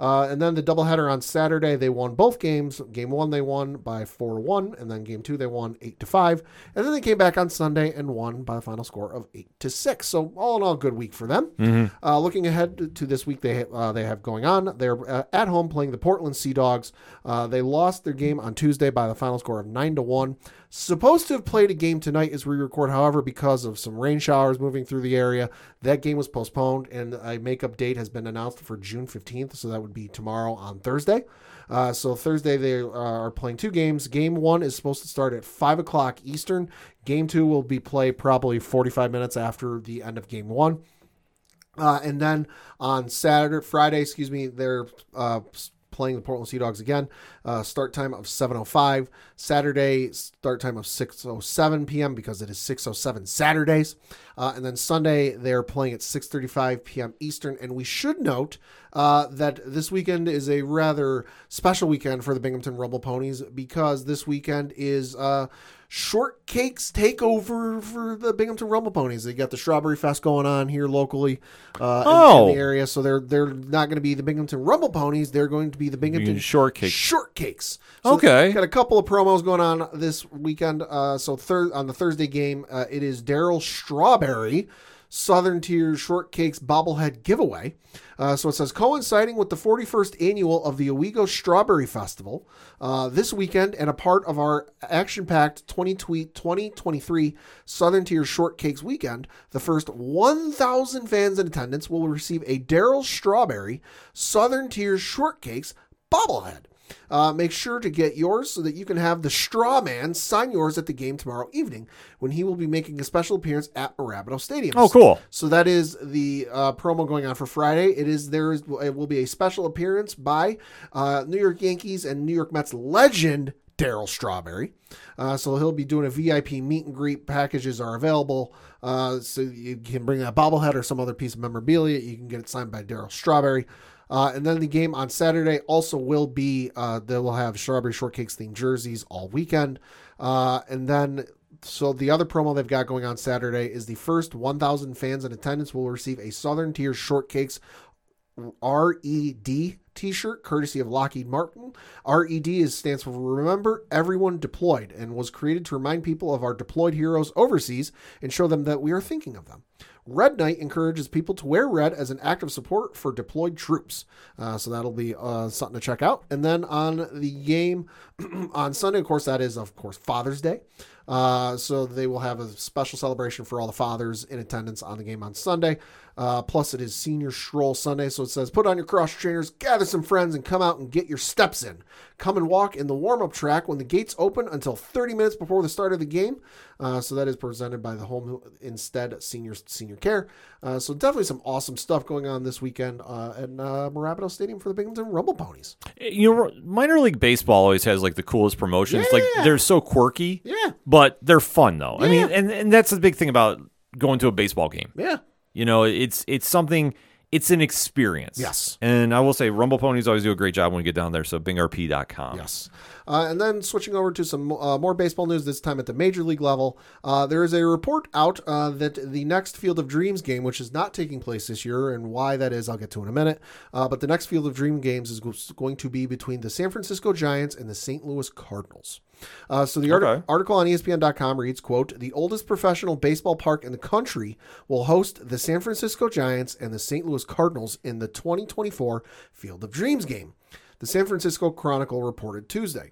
Uh, and then the doubleheader on Saturday, they won both games. Game one, they won by four to one, and then game two, they won eight to five. And then they came back on Sunday and won by a final score of eight to six. So all in all, good week for them. Uh, looking ahead to this week, they uh, they have going on. They're uh, at home playing the Portland Sea Dogs. Uh, they lost their game on Tuesday by the final score of nine to one. Supposed to have played a game tonight as we record, however, because of some rain showers moving through the area, that game was postponed, and a makeup date has been announced for June fifteenth. So that would be tomorrow on Thursday. Uh, so Thursday they uh, are playing two games. Game one is supposed to start at five o'clock Eastern. Game two will be played probably forty-five minutes after the end of game one. Uh, and then on Saturday, Friday, excuse me, they're uh, s- playing the Portland Sea Dogs again. Uh, start time of 7:05. Saturday start time of 6:07 p.m. because it is 6:07 Saturdays. Uh, and then Sunday they're playing at 6:35 p.m. Eastern. And we should note uh, that this weekend is a rather special weekend for the Binghamton Rumble Ponies because this weekend is. Uh, Shortcakes takeover for the Binghamton Rumble Ponies. They got the Strawberry Fest going on here locally uh, in-
Oh.
in the area, so they're they're not going to be the Binghamton Rumble Ponies. They're going to be the Binghamton
Shortcakes.
Shortcakes.
Okay.
got a couple of promos going on this weekend. Uh, so third on the Thursday game, uh, it is Daryl Strawberry. Southern Tier Shortcakes bobblehead giveaway. Uh, so it says coinciding with the 41st annual of the Owego Strawberry Festival uh, this weekend and a part of our action-packed 20 tweet 2023 Southern Tier Shortcakes weekend. The first 1,000 fans in attendance will receive a Daryl Strawberry Southern Tier Shortcakes bobblehead. Uh, make sure to get yours so that you can have the straw man sign yours at the game tomorrow evening when he will be making a special appearance at Morabito Stadium.
Oh, cool.
So that is the uh, promo going on for Friday. It is there is it will be a special appearance by uh, New York Yankees and New York Mets legend Daryl Strawberry. Uh, so he'll be doing a VIP meet and greet. Packages are available. Uh, so you can bring that bobblehead or some other piece of memorabilia. You can get it signed by Daryl Strawberry. Uh, and then the game on Saturday also will be uh, they will have strawberry shortcakes themed jerseys all weekend. Uh, and then so the other promo they've got going on Saturday is the first 1,000 fans in attendance will receive a Southern Tier Shortcakes RED t-shirt courtesy of Lockheed Martin. RED is stands for Remember Everyone Deployed and was created to remind people of our deployed heroes overseas and show them that we are thinking of them. Red Night encourages people to wear red as an act of support for deployed troops. Uh, so that'll be uh, something to check out. And then on the game on Sunday, of course, that is, of course, Father's Day. Uh, so they will have a special celebration for all the fathers in attendance on the game on Sunday. Uh, plus, it is Senior Stroll Sunday, so it says put on your cross trainers, gather some friends, and come out and get your steps in. Come and walk in the warm up track when the gates open until 30 minutes before the start of the game. Uh, so that is presented by the Home Instead Senior Senior Care. Uh, so definitely some awesome stuff going on this weekend uh, at uh, Morabito Stadium for the Binghamton Rumble Ponies.
Eh, You know, minor league baseball always has like the coolest promotions. Like
Yeah.
they're so quirky.
Yeah.
But they're fun though. I mean,
Yeah.
and, and that's the big thing about going to a baseball game.
Yeah.
You know, it's it's something it's an experience.
Yes.
And I will say Rumble Ponies always do a great job when we get down there, so bingrp.com.
Yes. Uh, and then switching over to some uh, more baseball news, this time at the major league level. Uh, there is a report out uh, that the next Field of Dreams game, which is not taking place this year, and why that is, I'll get to in a minute. Uh, but the next Field of Dream games is go- going to be between the San Francisco Giants and the St. Louis Cardinals. Uh, so the arti-
Okay.
article on E ESPN.com reads, quote, the oldest professional baseball park in the country will host the San Francisco Giants and the St. Louis Cardinals in the 2024 Field of Dreams game. The San Francisco Chronicle reported Tuesday.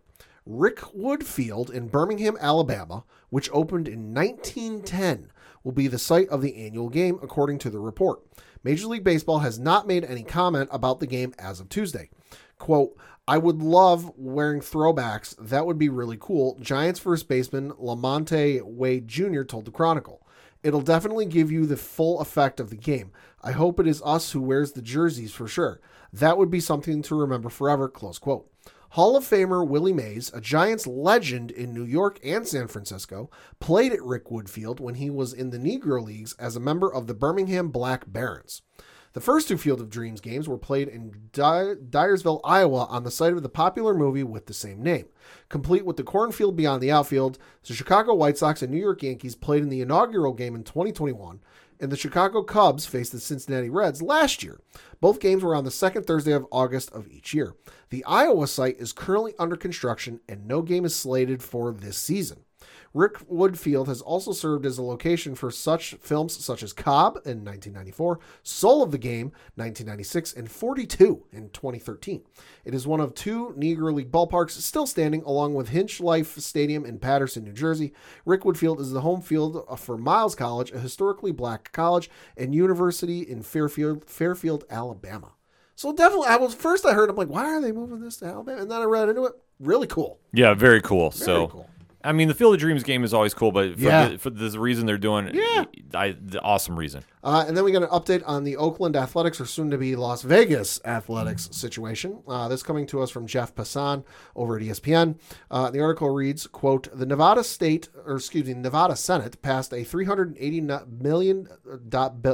Rick Wood Field in Birmingham, Alabama, which opened in 1910, will be the site of the annual game, according to the report. Major League Baseball has not made any comment about the game as of Tuesday. Quote, I would love wearing throwbacks. That would be really cool. Giants first baseman Lamonte Wade Jr. told the Chronicle. It'll definitely give you the full effect of the game. I hope it is us who wears the jerseys for sure. That would be something to remember forever. Close quote. Hall of Famer Willie Mays, a Giants legend in New York and San Francisco, played at Rick Wood Field when he was in the Negro Leagues as a member of the Birmingham Black Barons. The first two Field of Dreams games were played in Dy- Dyersville, Iowa, on the site of the popular movie with the same name. Complete with the cornfield beyond the outfield, the Chicago White Sox and New York Yankees played in the inaugural game in 2021, and the Chicago Cubs faced the Cincinnati Reds last year. Both games were on the second Thursday of August of each year. The Iowa site is currently under construction, and no game is slated for this season. Rick Woodfield has also served as a location for such films such as Cobb in 1994, Soul of the Game 1996, and 42 in 2013. It is one of two Negro League ballparks still standing, along with Hinch Life Stadium in Patterson, New Jersey. Rick Woodfield is the home field for Miles College, a historically black college, and University in Fairfield, Fairfield, Alabama. So definitely, I was first I heard I'm like, why are they moving this to Alabama? And then I read into it. Really cool.
Yeah, very cool. so,
cool.
I mean, the Field of Dreams game is always cool, but for,
Yeah.
the, for the reason they're doing,
Yeah.
I, the awesome reason.
Uh, and then we got an update on the Oakland Athletics, or soon to be Las Vegas Athletics situation. Uh, this coming to us from Jeff Passan over at E ESPN. Uh, the article reads, "Quote: The Nevada State, or excuse me, Nevada Senate passed a 380 million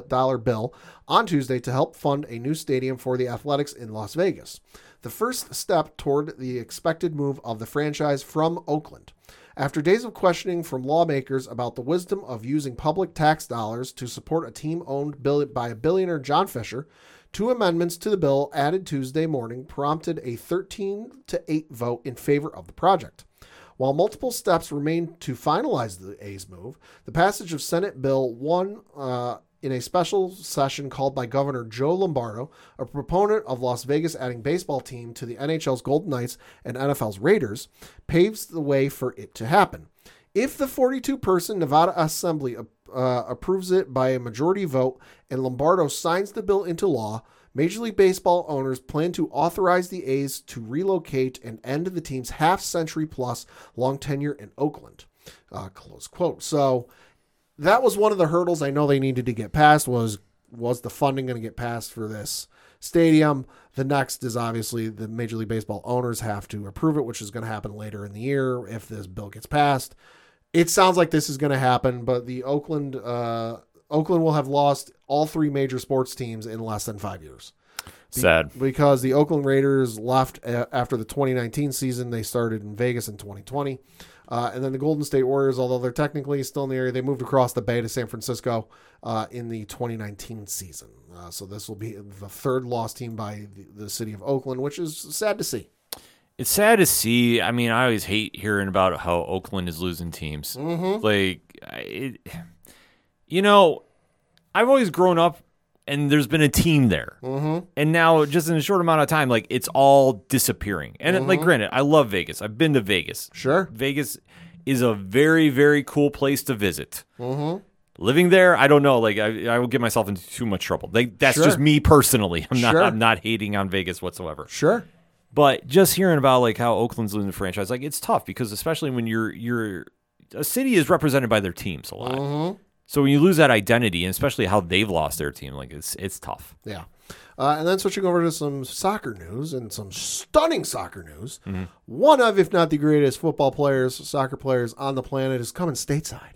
dollar bill on Tuesday to help fund a new stadium for the Athletics in Las Vegas, the first step toward the expected move of the franchise from Oakland." After days of questioning from lawmakers about the wisdom of using public tax dollars to support a team owned bill- by billionaire John Fisher, two amendments to the bill added Tuesday morning prompted a 13 to 8 vote in favor of the project. While multiple steps remain to finalize the A's move, the passage of Senate Bill 1 uh, in a special session called by Governor Joe Lombardo, a proponent of Las Vegas adding baseball team to the NHL's Golden Knights and NFL's Raiders, paves the way for it to happen. If the 42 person Nevada Assembly uh, approves it by a majority vote and Lombardo signs the bill into law, Major League Baseball owners plan to authorize the A's to relocate and end the team's half century plus long tenure in Oakland. Uh, close quote. So that was one of the hurdles I know they needed to get past was was the funding going to get passed for this stadium. The next is obviously the Major League Baseball owners have to approve it, which is going to happen later in the year if this bill gets passed. It sounds like this is going to happen, but the Oakland uh, Oakland will have lost all three major sports teams in less than five years
Sad.
because the Oakland Raiders left a- after the 2019 season. They started in Vegas in 2020. Uh, and then the Golden State Warriors, although they're technically still in the area, they moved across the bay to San Francisco uh, in the 2019 season. Uh, so this will be the third lost team by the, the city of Oakland, which is sad to see.
It's sad to see. I mean, I always hate hearing about how Oakland is losing teams. Like, I- it, you know, I've always grown up and there's been a team there. Mm-hmm. And now, just in a short amount of time, like, it's all disappearing. And, like, granted, I love Vegas. I've been to Vegas.
Sure.
Vegas is a very, very cool place to visit. Mm-hmm. Living there, I don't know. Like, I, I will get myself into too much trouble. Like, that's
Sure.
just me personally. I'm not.
Sure.
I'm not hating on Vegas whatsoever.
Sure.
But just hearing about like how Oakland's losing the franchise, like it's tough because especially when you're you're a city is represented by their teams a lot.
Mm-hmm.
So when you lose that identity, and especially how they've lost their team, like it's it's tough.
Yeah. Uh, and then switching over to some soccer news and some stunning soccer news. One of, if not the greatest football players, soccer players on the planet is coming stateside.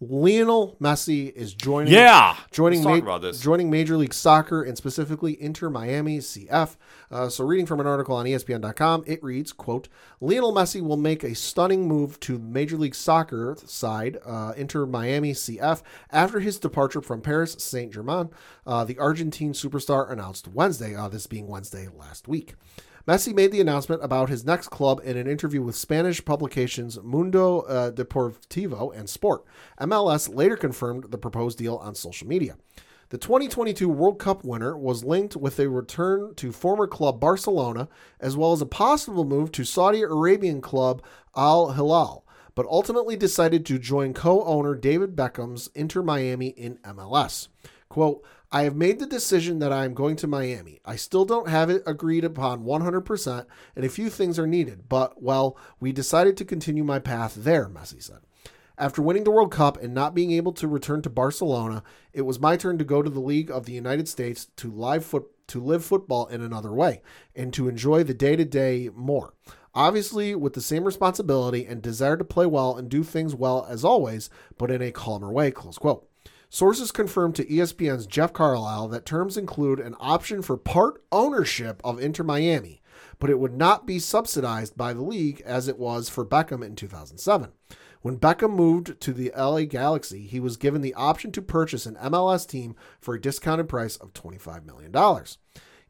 Lionel Messi is joining.
Yeah.
joining
Let's talk
ma-
about this.
joining Major League Soccer and specifically Inter Miami CF. Uh, so, reading from an article on ESPN.com, it reads, "quote Lionel Messi will make a stunning move to Major League Soccer side uh, Inter Miami CF after his departure from Paris Saint Germain." Uh, the Argentine superstar announced Wednesday. Uh, this being Wednesday last week. Messi made the announcement about his next club in an interview with Spanish publications Mundo uh, Deportivo and Sport. MLS later confirmed the proposed deal on social media. The 2022 World Cup winner was linked with a return to former club Barcelona, as well as a possible move to Saudi Arabian club Al Hilal, but ultimately decided to join co owner David Beckham's Inter Miami in MLS. Quote, I have made the decision that I am going to Miami. I still don't have it agreed upon 100%, and a few things are needed, but, well, we decided to continue my path there, Messi said. After winning the World Cup and not being able to return to Barcelona, it was my turn to go to the League of the United States to live foot to live football in another way and to enjoy the day-to-day more. Obviously, with the same responsibility and desire to play well and do things well as always, but in a calmer way. Close quote. Sources confirmed to E ESPN's Jeff Carlisle that terms include an option for part ownership of Inter Miami, but it would not be subsidized by the league as it was for Beckham in 2007. When Beckham moved to the LA Galaxy, he was given the option to purchase an MLS team for a discounted price of $25 million.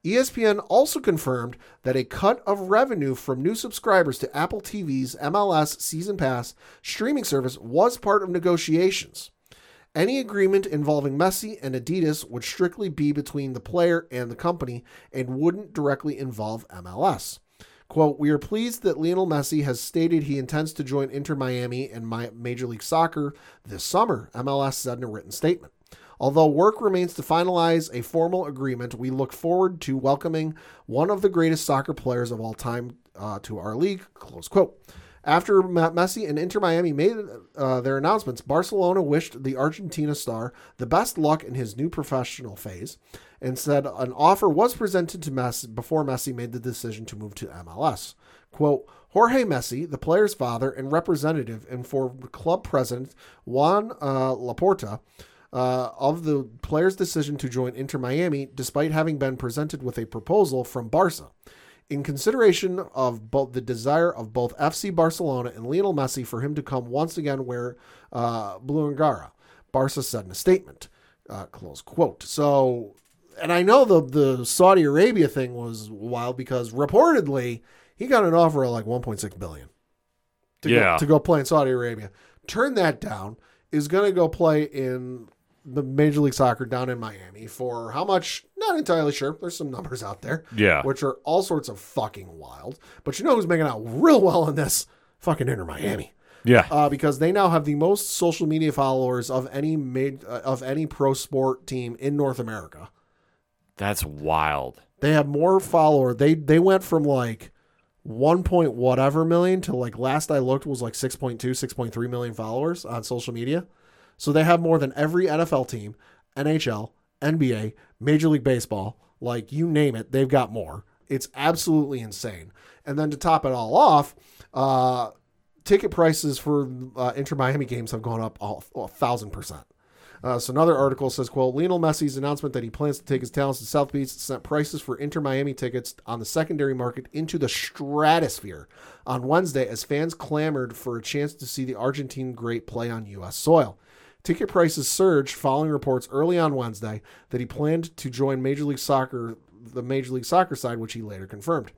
E ESPN also confirmed that a cut of revenue from new subscribers to Apple TV's MLS Season Pass streaming service was part of negotiations. Any agreement involving Messi and Adidas would strictly be between the player and the company and wouldn't directly involve MLS. Quote, we are pleased that Lionel Messi has stated he intends to join Inter Miami and Mi- Major League Soccer this summer, MLS said in a written statement. Although work remains to finalize a formal agreement, we look forward to welcoming one of the greatest soccer players of all time uh, to our league. Close quote. After Ma- Messi and Inter Miami made uh, their announcements, Barcelona wished the Argentina star the best luck in his new professional phase and said an offer was presented to Messi before Messi made the decision to move to MLS. Quote, Jorge Messi, the player's father and representative, informed club president Juan uh, Laporta uh, of the player's decision to join Inter Miami despite having been presented with a proposal from Barca. In consideration of both the desire of both FC Barcelona and Lionel Messi for him to come once again wear uh, blue and gara, Barca said in a statement. Uh, close quote. So, and I know the the Saudi Arabia thing was wild because reportedly he got an offer of like 1.6 billion to,
Yeah.
go, to go play in Saudi Arabia. Turn that down. Is going to go play in the Major League Soccer down in Miami for how much? Not entirely sure. There's some numbers out there.
Yeah.
Which are all sorts of fucking wild. But you know who's making out real well in this? Fucking Inter Miami.
Yeah.
Uh, because they now have the most social media followers of any made, uh, of any pro sport team in North America.
That's wild.
They have more follower. They they went from like 1. point whatever million to like last I looked was like 6.2 6.3 million followers on social media. So they have more than every NFL team, NHL, NBA, Major League Baseball, like you name it, they've got more. It's absolutely insane. And then to top it all off, uh, ticket prices for uh, Inter Miami games have gone up all- a thousand percent. Uh, so another article says, "Quote: Lionel Messi's announcement that he plans to take his talents to South Beach sent prices for Inter Miami tickets on the secondary market into the stratosphere on Wednesday as fans clamored for a chance to see the Argentine great play on U.S. soil." Ticket prices surged following reports early on Wednesday that he planned to join Major League Soccer, the Major League Soccer side, which he later confirmed.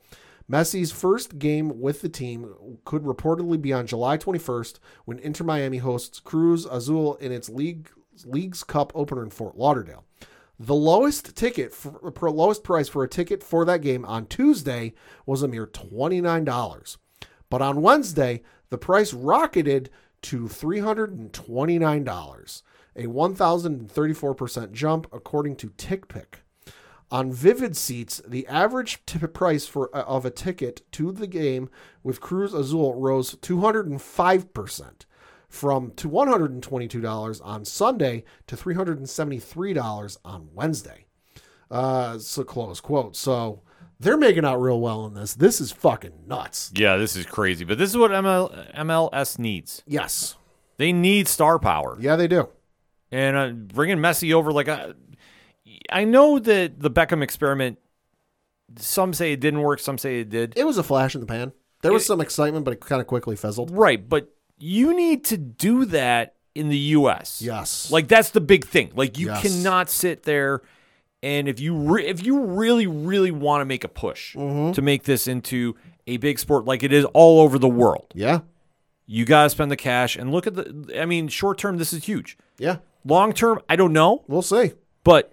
Messi's first game with the team could reportedly be on July 21st when Inter Miami hosts Cruz Azul in its league league's cup opener in Fort Lauderdale. The lowest ticket for, per- lowest price for a ticket for that game on Tuesday was a mere $29. But on Wednesday, the price rocketed to $329, a 1034% jump according to TickPick. On Vivid Seats, the average t- price for uh, of a ticket to the game with Cruz Azul rose 205% from to $122 on Sunday to $373 on Wednesday. Uh, so close quote. So they're making out real well in this. This is fucking nuts.
Yeah, this is crazy. But this is what ML- MLS needs.
Yes.
They need star power.
Yeah, they do.
And uh, bringing Messi over, like, uh, I know that the Beckham experiment, some say it didn't work, some say it did.
It was a flash in the pan. There was some excitement, but it kind of quickly fizzled.
Right, but you need to do that in the U.S.
Yes.
like that's the big thing. Like you
Yes.
cannot sit there, and if you re- if you really really want to make a push
Mm-hmm.
to make this into a big sport like it is all over the world,
yeah,
you got to spend the cash and look at the. I mean, short term this is huge.
yeah.
Long term, I don't know,
We'll see.
but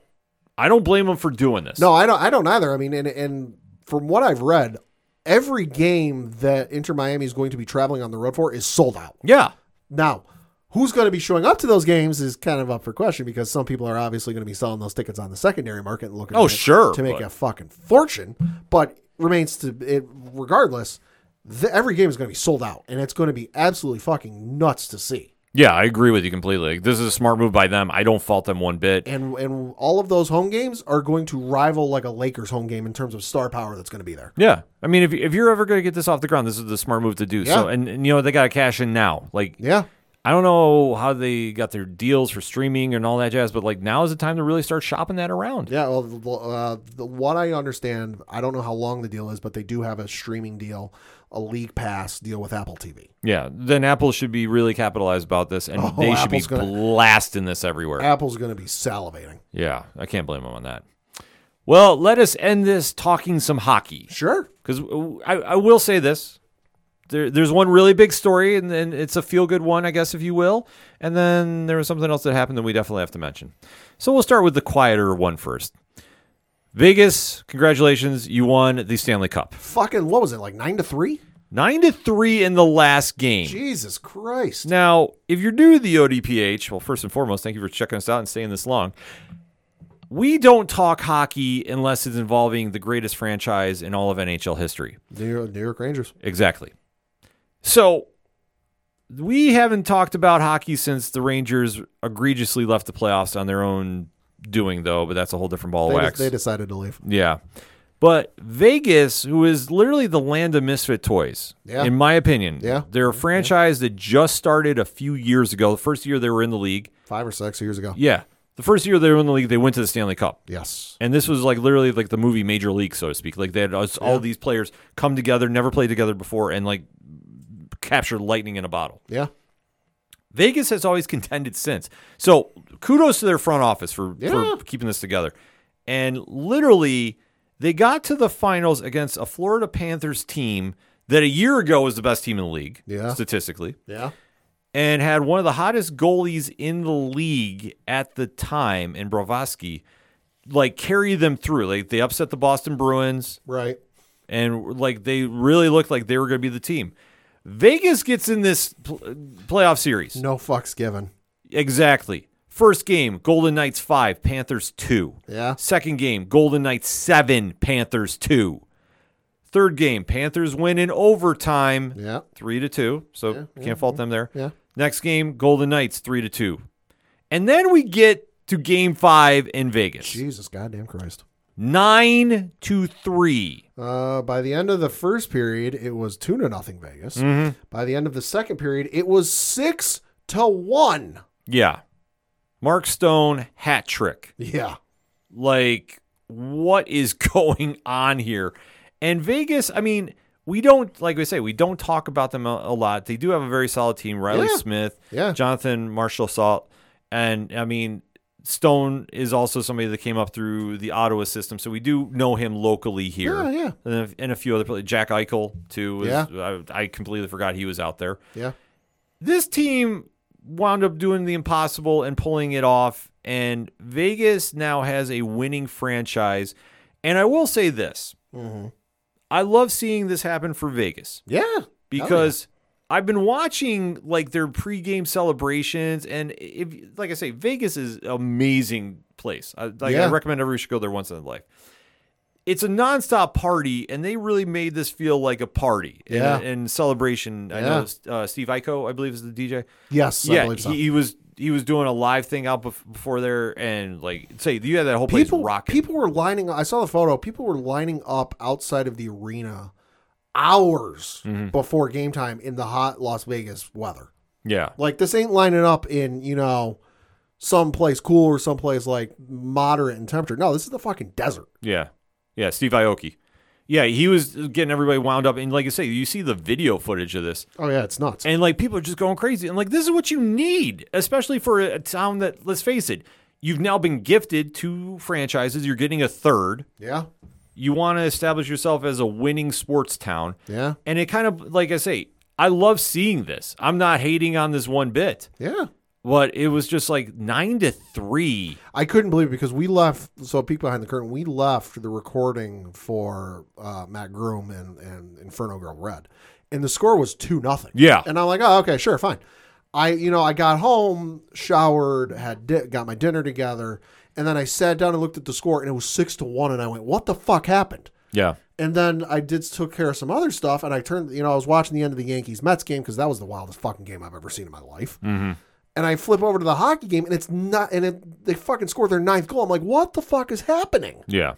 I don't blame them for doing this.
No, I don't. I don't either. I mean, and and from what I've read, every game that Inter Miami is going to be traveling on the road for is sold out.
yeah,
Now, Who's going to be showing up to those games is kind of up for question because some people are obviously going to be selling those tickets on the secondary market and looking
Oh,
to make-
sure,
to make
but-
a fucking fortune. But remains to it regardless. The, every game is going to be sold out, and it's going to be absolutely fucking nuts to see.
Yeah, I agree with you completely. Like, This is a smart move by them. I don't fault them one bit.
And and all of those home games are going to rival like a Lakers home game in terms of star power that's going to be there.
Yeah, I mean, if, if you're ever going to get this off the ground, this is the smart move to do. So,
Yeah.
and, and you know they got to cash in now. Like,
Yeah,
I don't know how they got their deals for streaming and all that jazz, but like now is the time to really start shopping that around.
yeah. Well, the- uh, the, what I understand, I don't know how long the deal is, but they do have a streaming deal, a league pass deal with Apple TV.
Yeah, then Apple should be really capitalized about this, and they should
Oh, Apple's
be
gonna-
blasting this everywhere.
Apple's going to be salivating.
yeah, I can't blame them on that. Well, let us end this talking some hockey.
Sure.
Because I, I will say this. There, there's one really big story, and, and it's a feel good one, I guess, if you will. And then there was something else that happened that we definitely have to mention. So we'll start with the quieter one first. Vegas, congratulations. You won the Stanley Cup.
Fucking what was it like nine to three?
Nine to three in the last game.
Jesus Christ!
Now, if you're new to the ODPH, well, first and foremost, thank you for checking us out and staying this long. We don't talk hockey unless it's involving the greatest franchise in all of NHL history.
New York, New York Rangers.
Exactly. So we haven't talked about hockey since the Rangers egregiously left the playoffs on their own doing, though. But that's a whole different ball
They,
of
de-
wax.
they decided to leave.
Yeah. But Vegas, who is literally the land of misfit toys,
Yeah.
in my opinion,
Yeah.
they're a franchise that just started a few years ago. The first year they were in the league,
Five or six years ago.
yeah, the first year they were in the league, they went to the Stanley Cup.
Yes.
And this was like literally like the movie Major League, so to speak. Like they had us, all these players come together, never played together before, and like capture lightning in a bottle.
Yeah.
Vegas has always contended since. So kudos to their front office for,
Yeah.
for keeping this together. And literally, they got to the finals against a Florida Panthers team that a year ago was the best team in the league,
Yeah.
statistically,
Yeah.
and had one of the hottest goalies in the league at the time in Bravoski, like carry them through. Like they upset the Boston Bruins
Right.
and like they really looked like they were going to be the team. Vegas gets in this pl- playoff series.
No fucks given.
Exactly. First game, Golden Knights 5, Panthers 2.
Yeah.
Second game, Golden Knights 7, Panthers 2. Third game, Panthers win in overtime
Yeah.
3 to 2. So can't fault them there.
yeah.
Next game, Golden Knights 3 to 2. And then we get to game 5 in Vegas.
Jesus goddamn Christ.
9 to 3.
Uh, by the end of the first period, it was two to nothing Vegas.
Mm-hmm.
By the end of the second period, it was six to one.
Yeah. Mark Stone hat trick.
Yeah,
like what is going on here and vegas i mean we don't like we say we don't talk about them a, a lot they do have a very solid team riley
Yeah.
smith
Yeah.
jonathan marshall salt and i mean stone is also somebody that came up through the ottawa system so we do know him locally here
Yeah, yeah.
and, a, and a few other players jack eichel too was,
Yeah.
I, I completely forgot he was out there
yeah.
this team wound up doing the impossible and pulling it off and vegas now has a winning franchise and i will say this i love seeing this happen for vegas
Oh, Yeah.
because i've been watching like their pregame celebrations and if like i say vegas is an amazing place i, like, I
Yeah.
recommend everyone should go there once in their life it's a nonstop party, and they really made this feel like a party and-
Yeah.
and, celebration. I
Yeah.
know uh, Steve Ico, I believe, is the DJ
Yes, I
yeah,
believe so.
he, he was he was doing a live thing out bef- before there, and like say you had that whole place
people
rocking.
people were lining I saw the photo. People were lining up outside of the arena hours
Mm-hmm.
before game time in the hot Las Vegas weather.
yeah,
Like this ain't lining up in, you know, someplace cool or someplace like moderate in temperature. No, this is the fucking desert.
yeah, yeah. Steve Ioki, yeah, he was getting everybody wound up, and like I say, you see the video footage of this,
Oh yeah, it's nuts.
and like people are just going crazy, and like this is what you need, especially for a town that let's face it, you've now been gifted two franchises, you're getting a third.
yeah.
You want to establish yourself as a winning sports town.
Yeah.
And it kind of, like I say, I love seeing this. I'm not hating on this one bit.
Yeah.
but it was just like nine to three.
I couldn't believe it because we left. So, peek behind the curtain. We left the recording for uh, Matt Groom and, and Inferno Girl Red, and the score was two nothing.
Yeah.
and I'm like, oh, okay, sure, fine. I, you know, I got home, showered, had di- got my dinner together, and then I sat down and looked at the score, and it was six to one, and I went, "What the fuck happened?"
Yeah.
And then I did took care of some other stuff, and I turned. You know, I was watching the end of the Yankees Mets game because that was the wildest fucking game I've ever seen in my life. Mm-hmm. And I flip over to the hockey game, and it's not. And it, they fucking scored their ninth goal. I'm like, what the fuck is happening?
Yeah.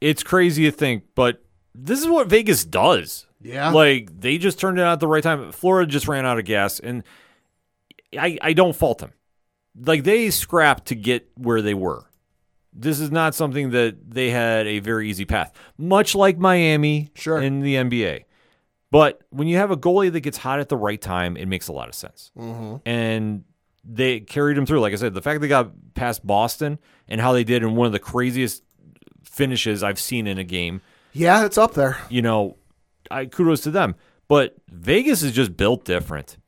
It's crazy to think, but this is what Vegas does.
Yeah.
Like they just turned it out at the right time. Florida just ran out of gas and I I don't fault them. Like they scrapped to get where they were. This is not something that they had a very easy path. Much like Miami
Sure.
in the NBA. But when you have a goalie that gets hot at the right time, it makes a lot of sense.
Mm-hmm.
And they carried him through. Like I said, the fact they got past Boston and how they did in one of the craziest finishes I've seen in a game
Yeah, it's up there.
you know, I kudos to them. But Vegas is just built different.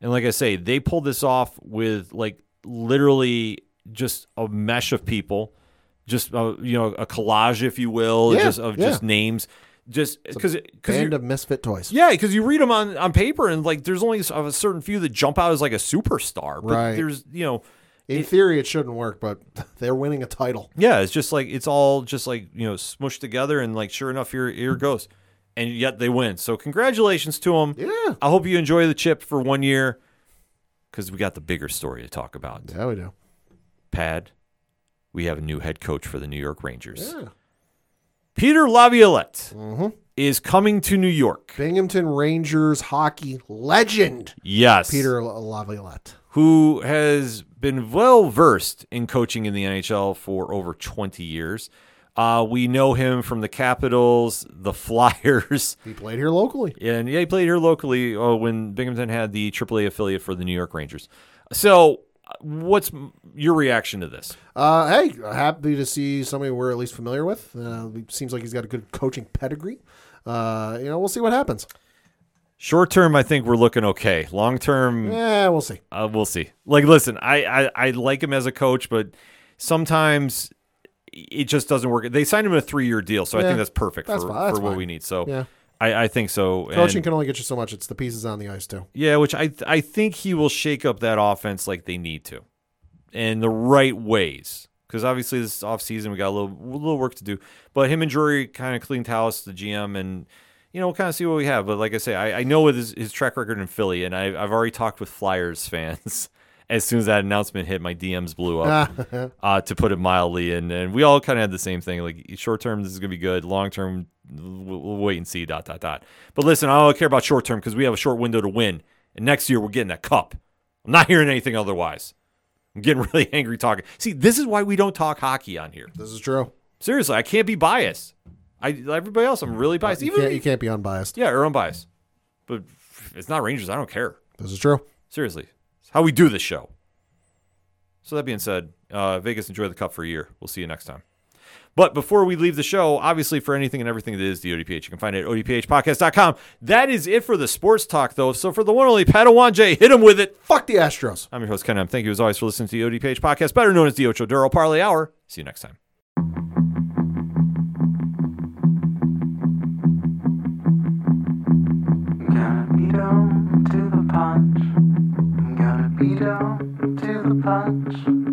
And like I say, they pulled this off with like literally just a mesh of people, just uh, you know, a collage, if you will,
Yeah,
just of just names, just because
Band of misfit toys.
yeah, because you read them on, on paper and like there's only a certain few that jump out as like a superstar, but
Right.
there's you know,
In theory, it shouldn't work, but they're winning a title.
Yeah, it's just like it's all just like you know smushed together, and like sure enough, here here it goes, and yet they win. So congratulations to them.
Yeah.
I hope you enjoy the chip for one year, because we got the bigger story to talk about.
Yeah, we do.
Pad, we have a new head coach for the New York Rangers.
Yeah.
Peter Laviolette is coming to New York.
Mm-hmm. Binghamton Rangers hockey legend
Yes,
Peter La- Laviolette.
who has been well versed in coaching in the NHL for over 20 years. Uh, we know him from the Capitals, the Flyers.
He played here locally.
And yeah, he played here locally uh, when Binghamton had the AAA affiliate for the New York Rangers. So, uh, what's m- your reaction to this?
Uh, hey, happy to see somebody we're at least familiar with. Uh, it seems like he's got a good coaching pedigree. Uh, you know, we'll see what happens.
Short term, I think we're looking okay. Long term,
Yeah, we'll see.
uh, we'll see. Like, listen, I, I I like him as a coach, but sometimes it just doesn't work. They signed him to a three year deal, so I
Yeah,
think that's perfect
that's
for,
fine, that's
for what
fine.
we need. So,
Yeah.
I, I think so.
Coaching
And-
can only get you so much. It's the pieces on the ice too.
Yeah, which I I think he will shake up that offense like they need to, in the right ways. Because obviously this offseason we got a little little work to do, but him and Drury kind of cleaned house, the GM, and you know kind of see what we have. But like I say, I, I know with his, his track record in Philly, and I, I've already talked with Flyers fans. As soon as that announcement hit, my DMs blew up, uh, to put it mildly, and, and we all kind of had the same thing. Like short term, this is gonna be good. Long term, we'll, we'll wait and see. Dot dot dot. But listen, I don't care about short term because we have a short window to win, and next year we're getting that cup. I'm not hearing anything otherwise. I'm getting really angry talking. See, this is why we don't talk hockey on here.
This is true.
Seriously, I can't be biased. I everybody else, I'm really biased.
You
Even
can't, you can't be unbiased.
yeah, or unbiased. But it's not Rangers. I don't care.
This is true.
Seriously, it's how we do this show. So that being said, uh, Vegas enjoy the cup for a year. We'll see you next time. But before we leave the show, obviously for anything and everything that is the ODPH, you can find it at odphpodcast.com. That is it for the sports talk, though. So for the one and only Padawan J, hit him with it.
Fuck the Astros.
I'm your host, Ken M. Thank you as always for listening to the ODPH podcast, better known as the Ocho Duro Parlay Hour. See you next time.
Gotta beat 'em to the punch. Gotta beat 'em to the punch.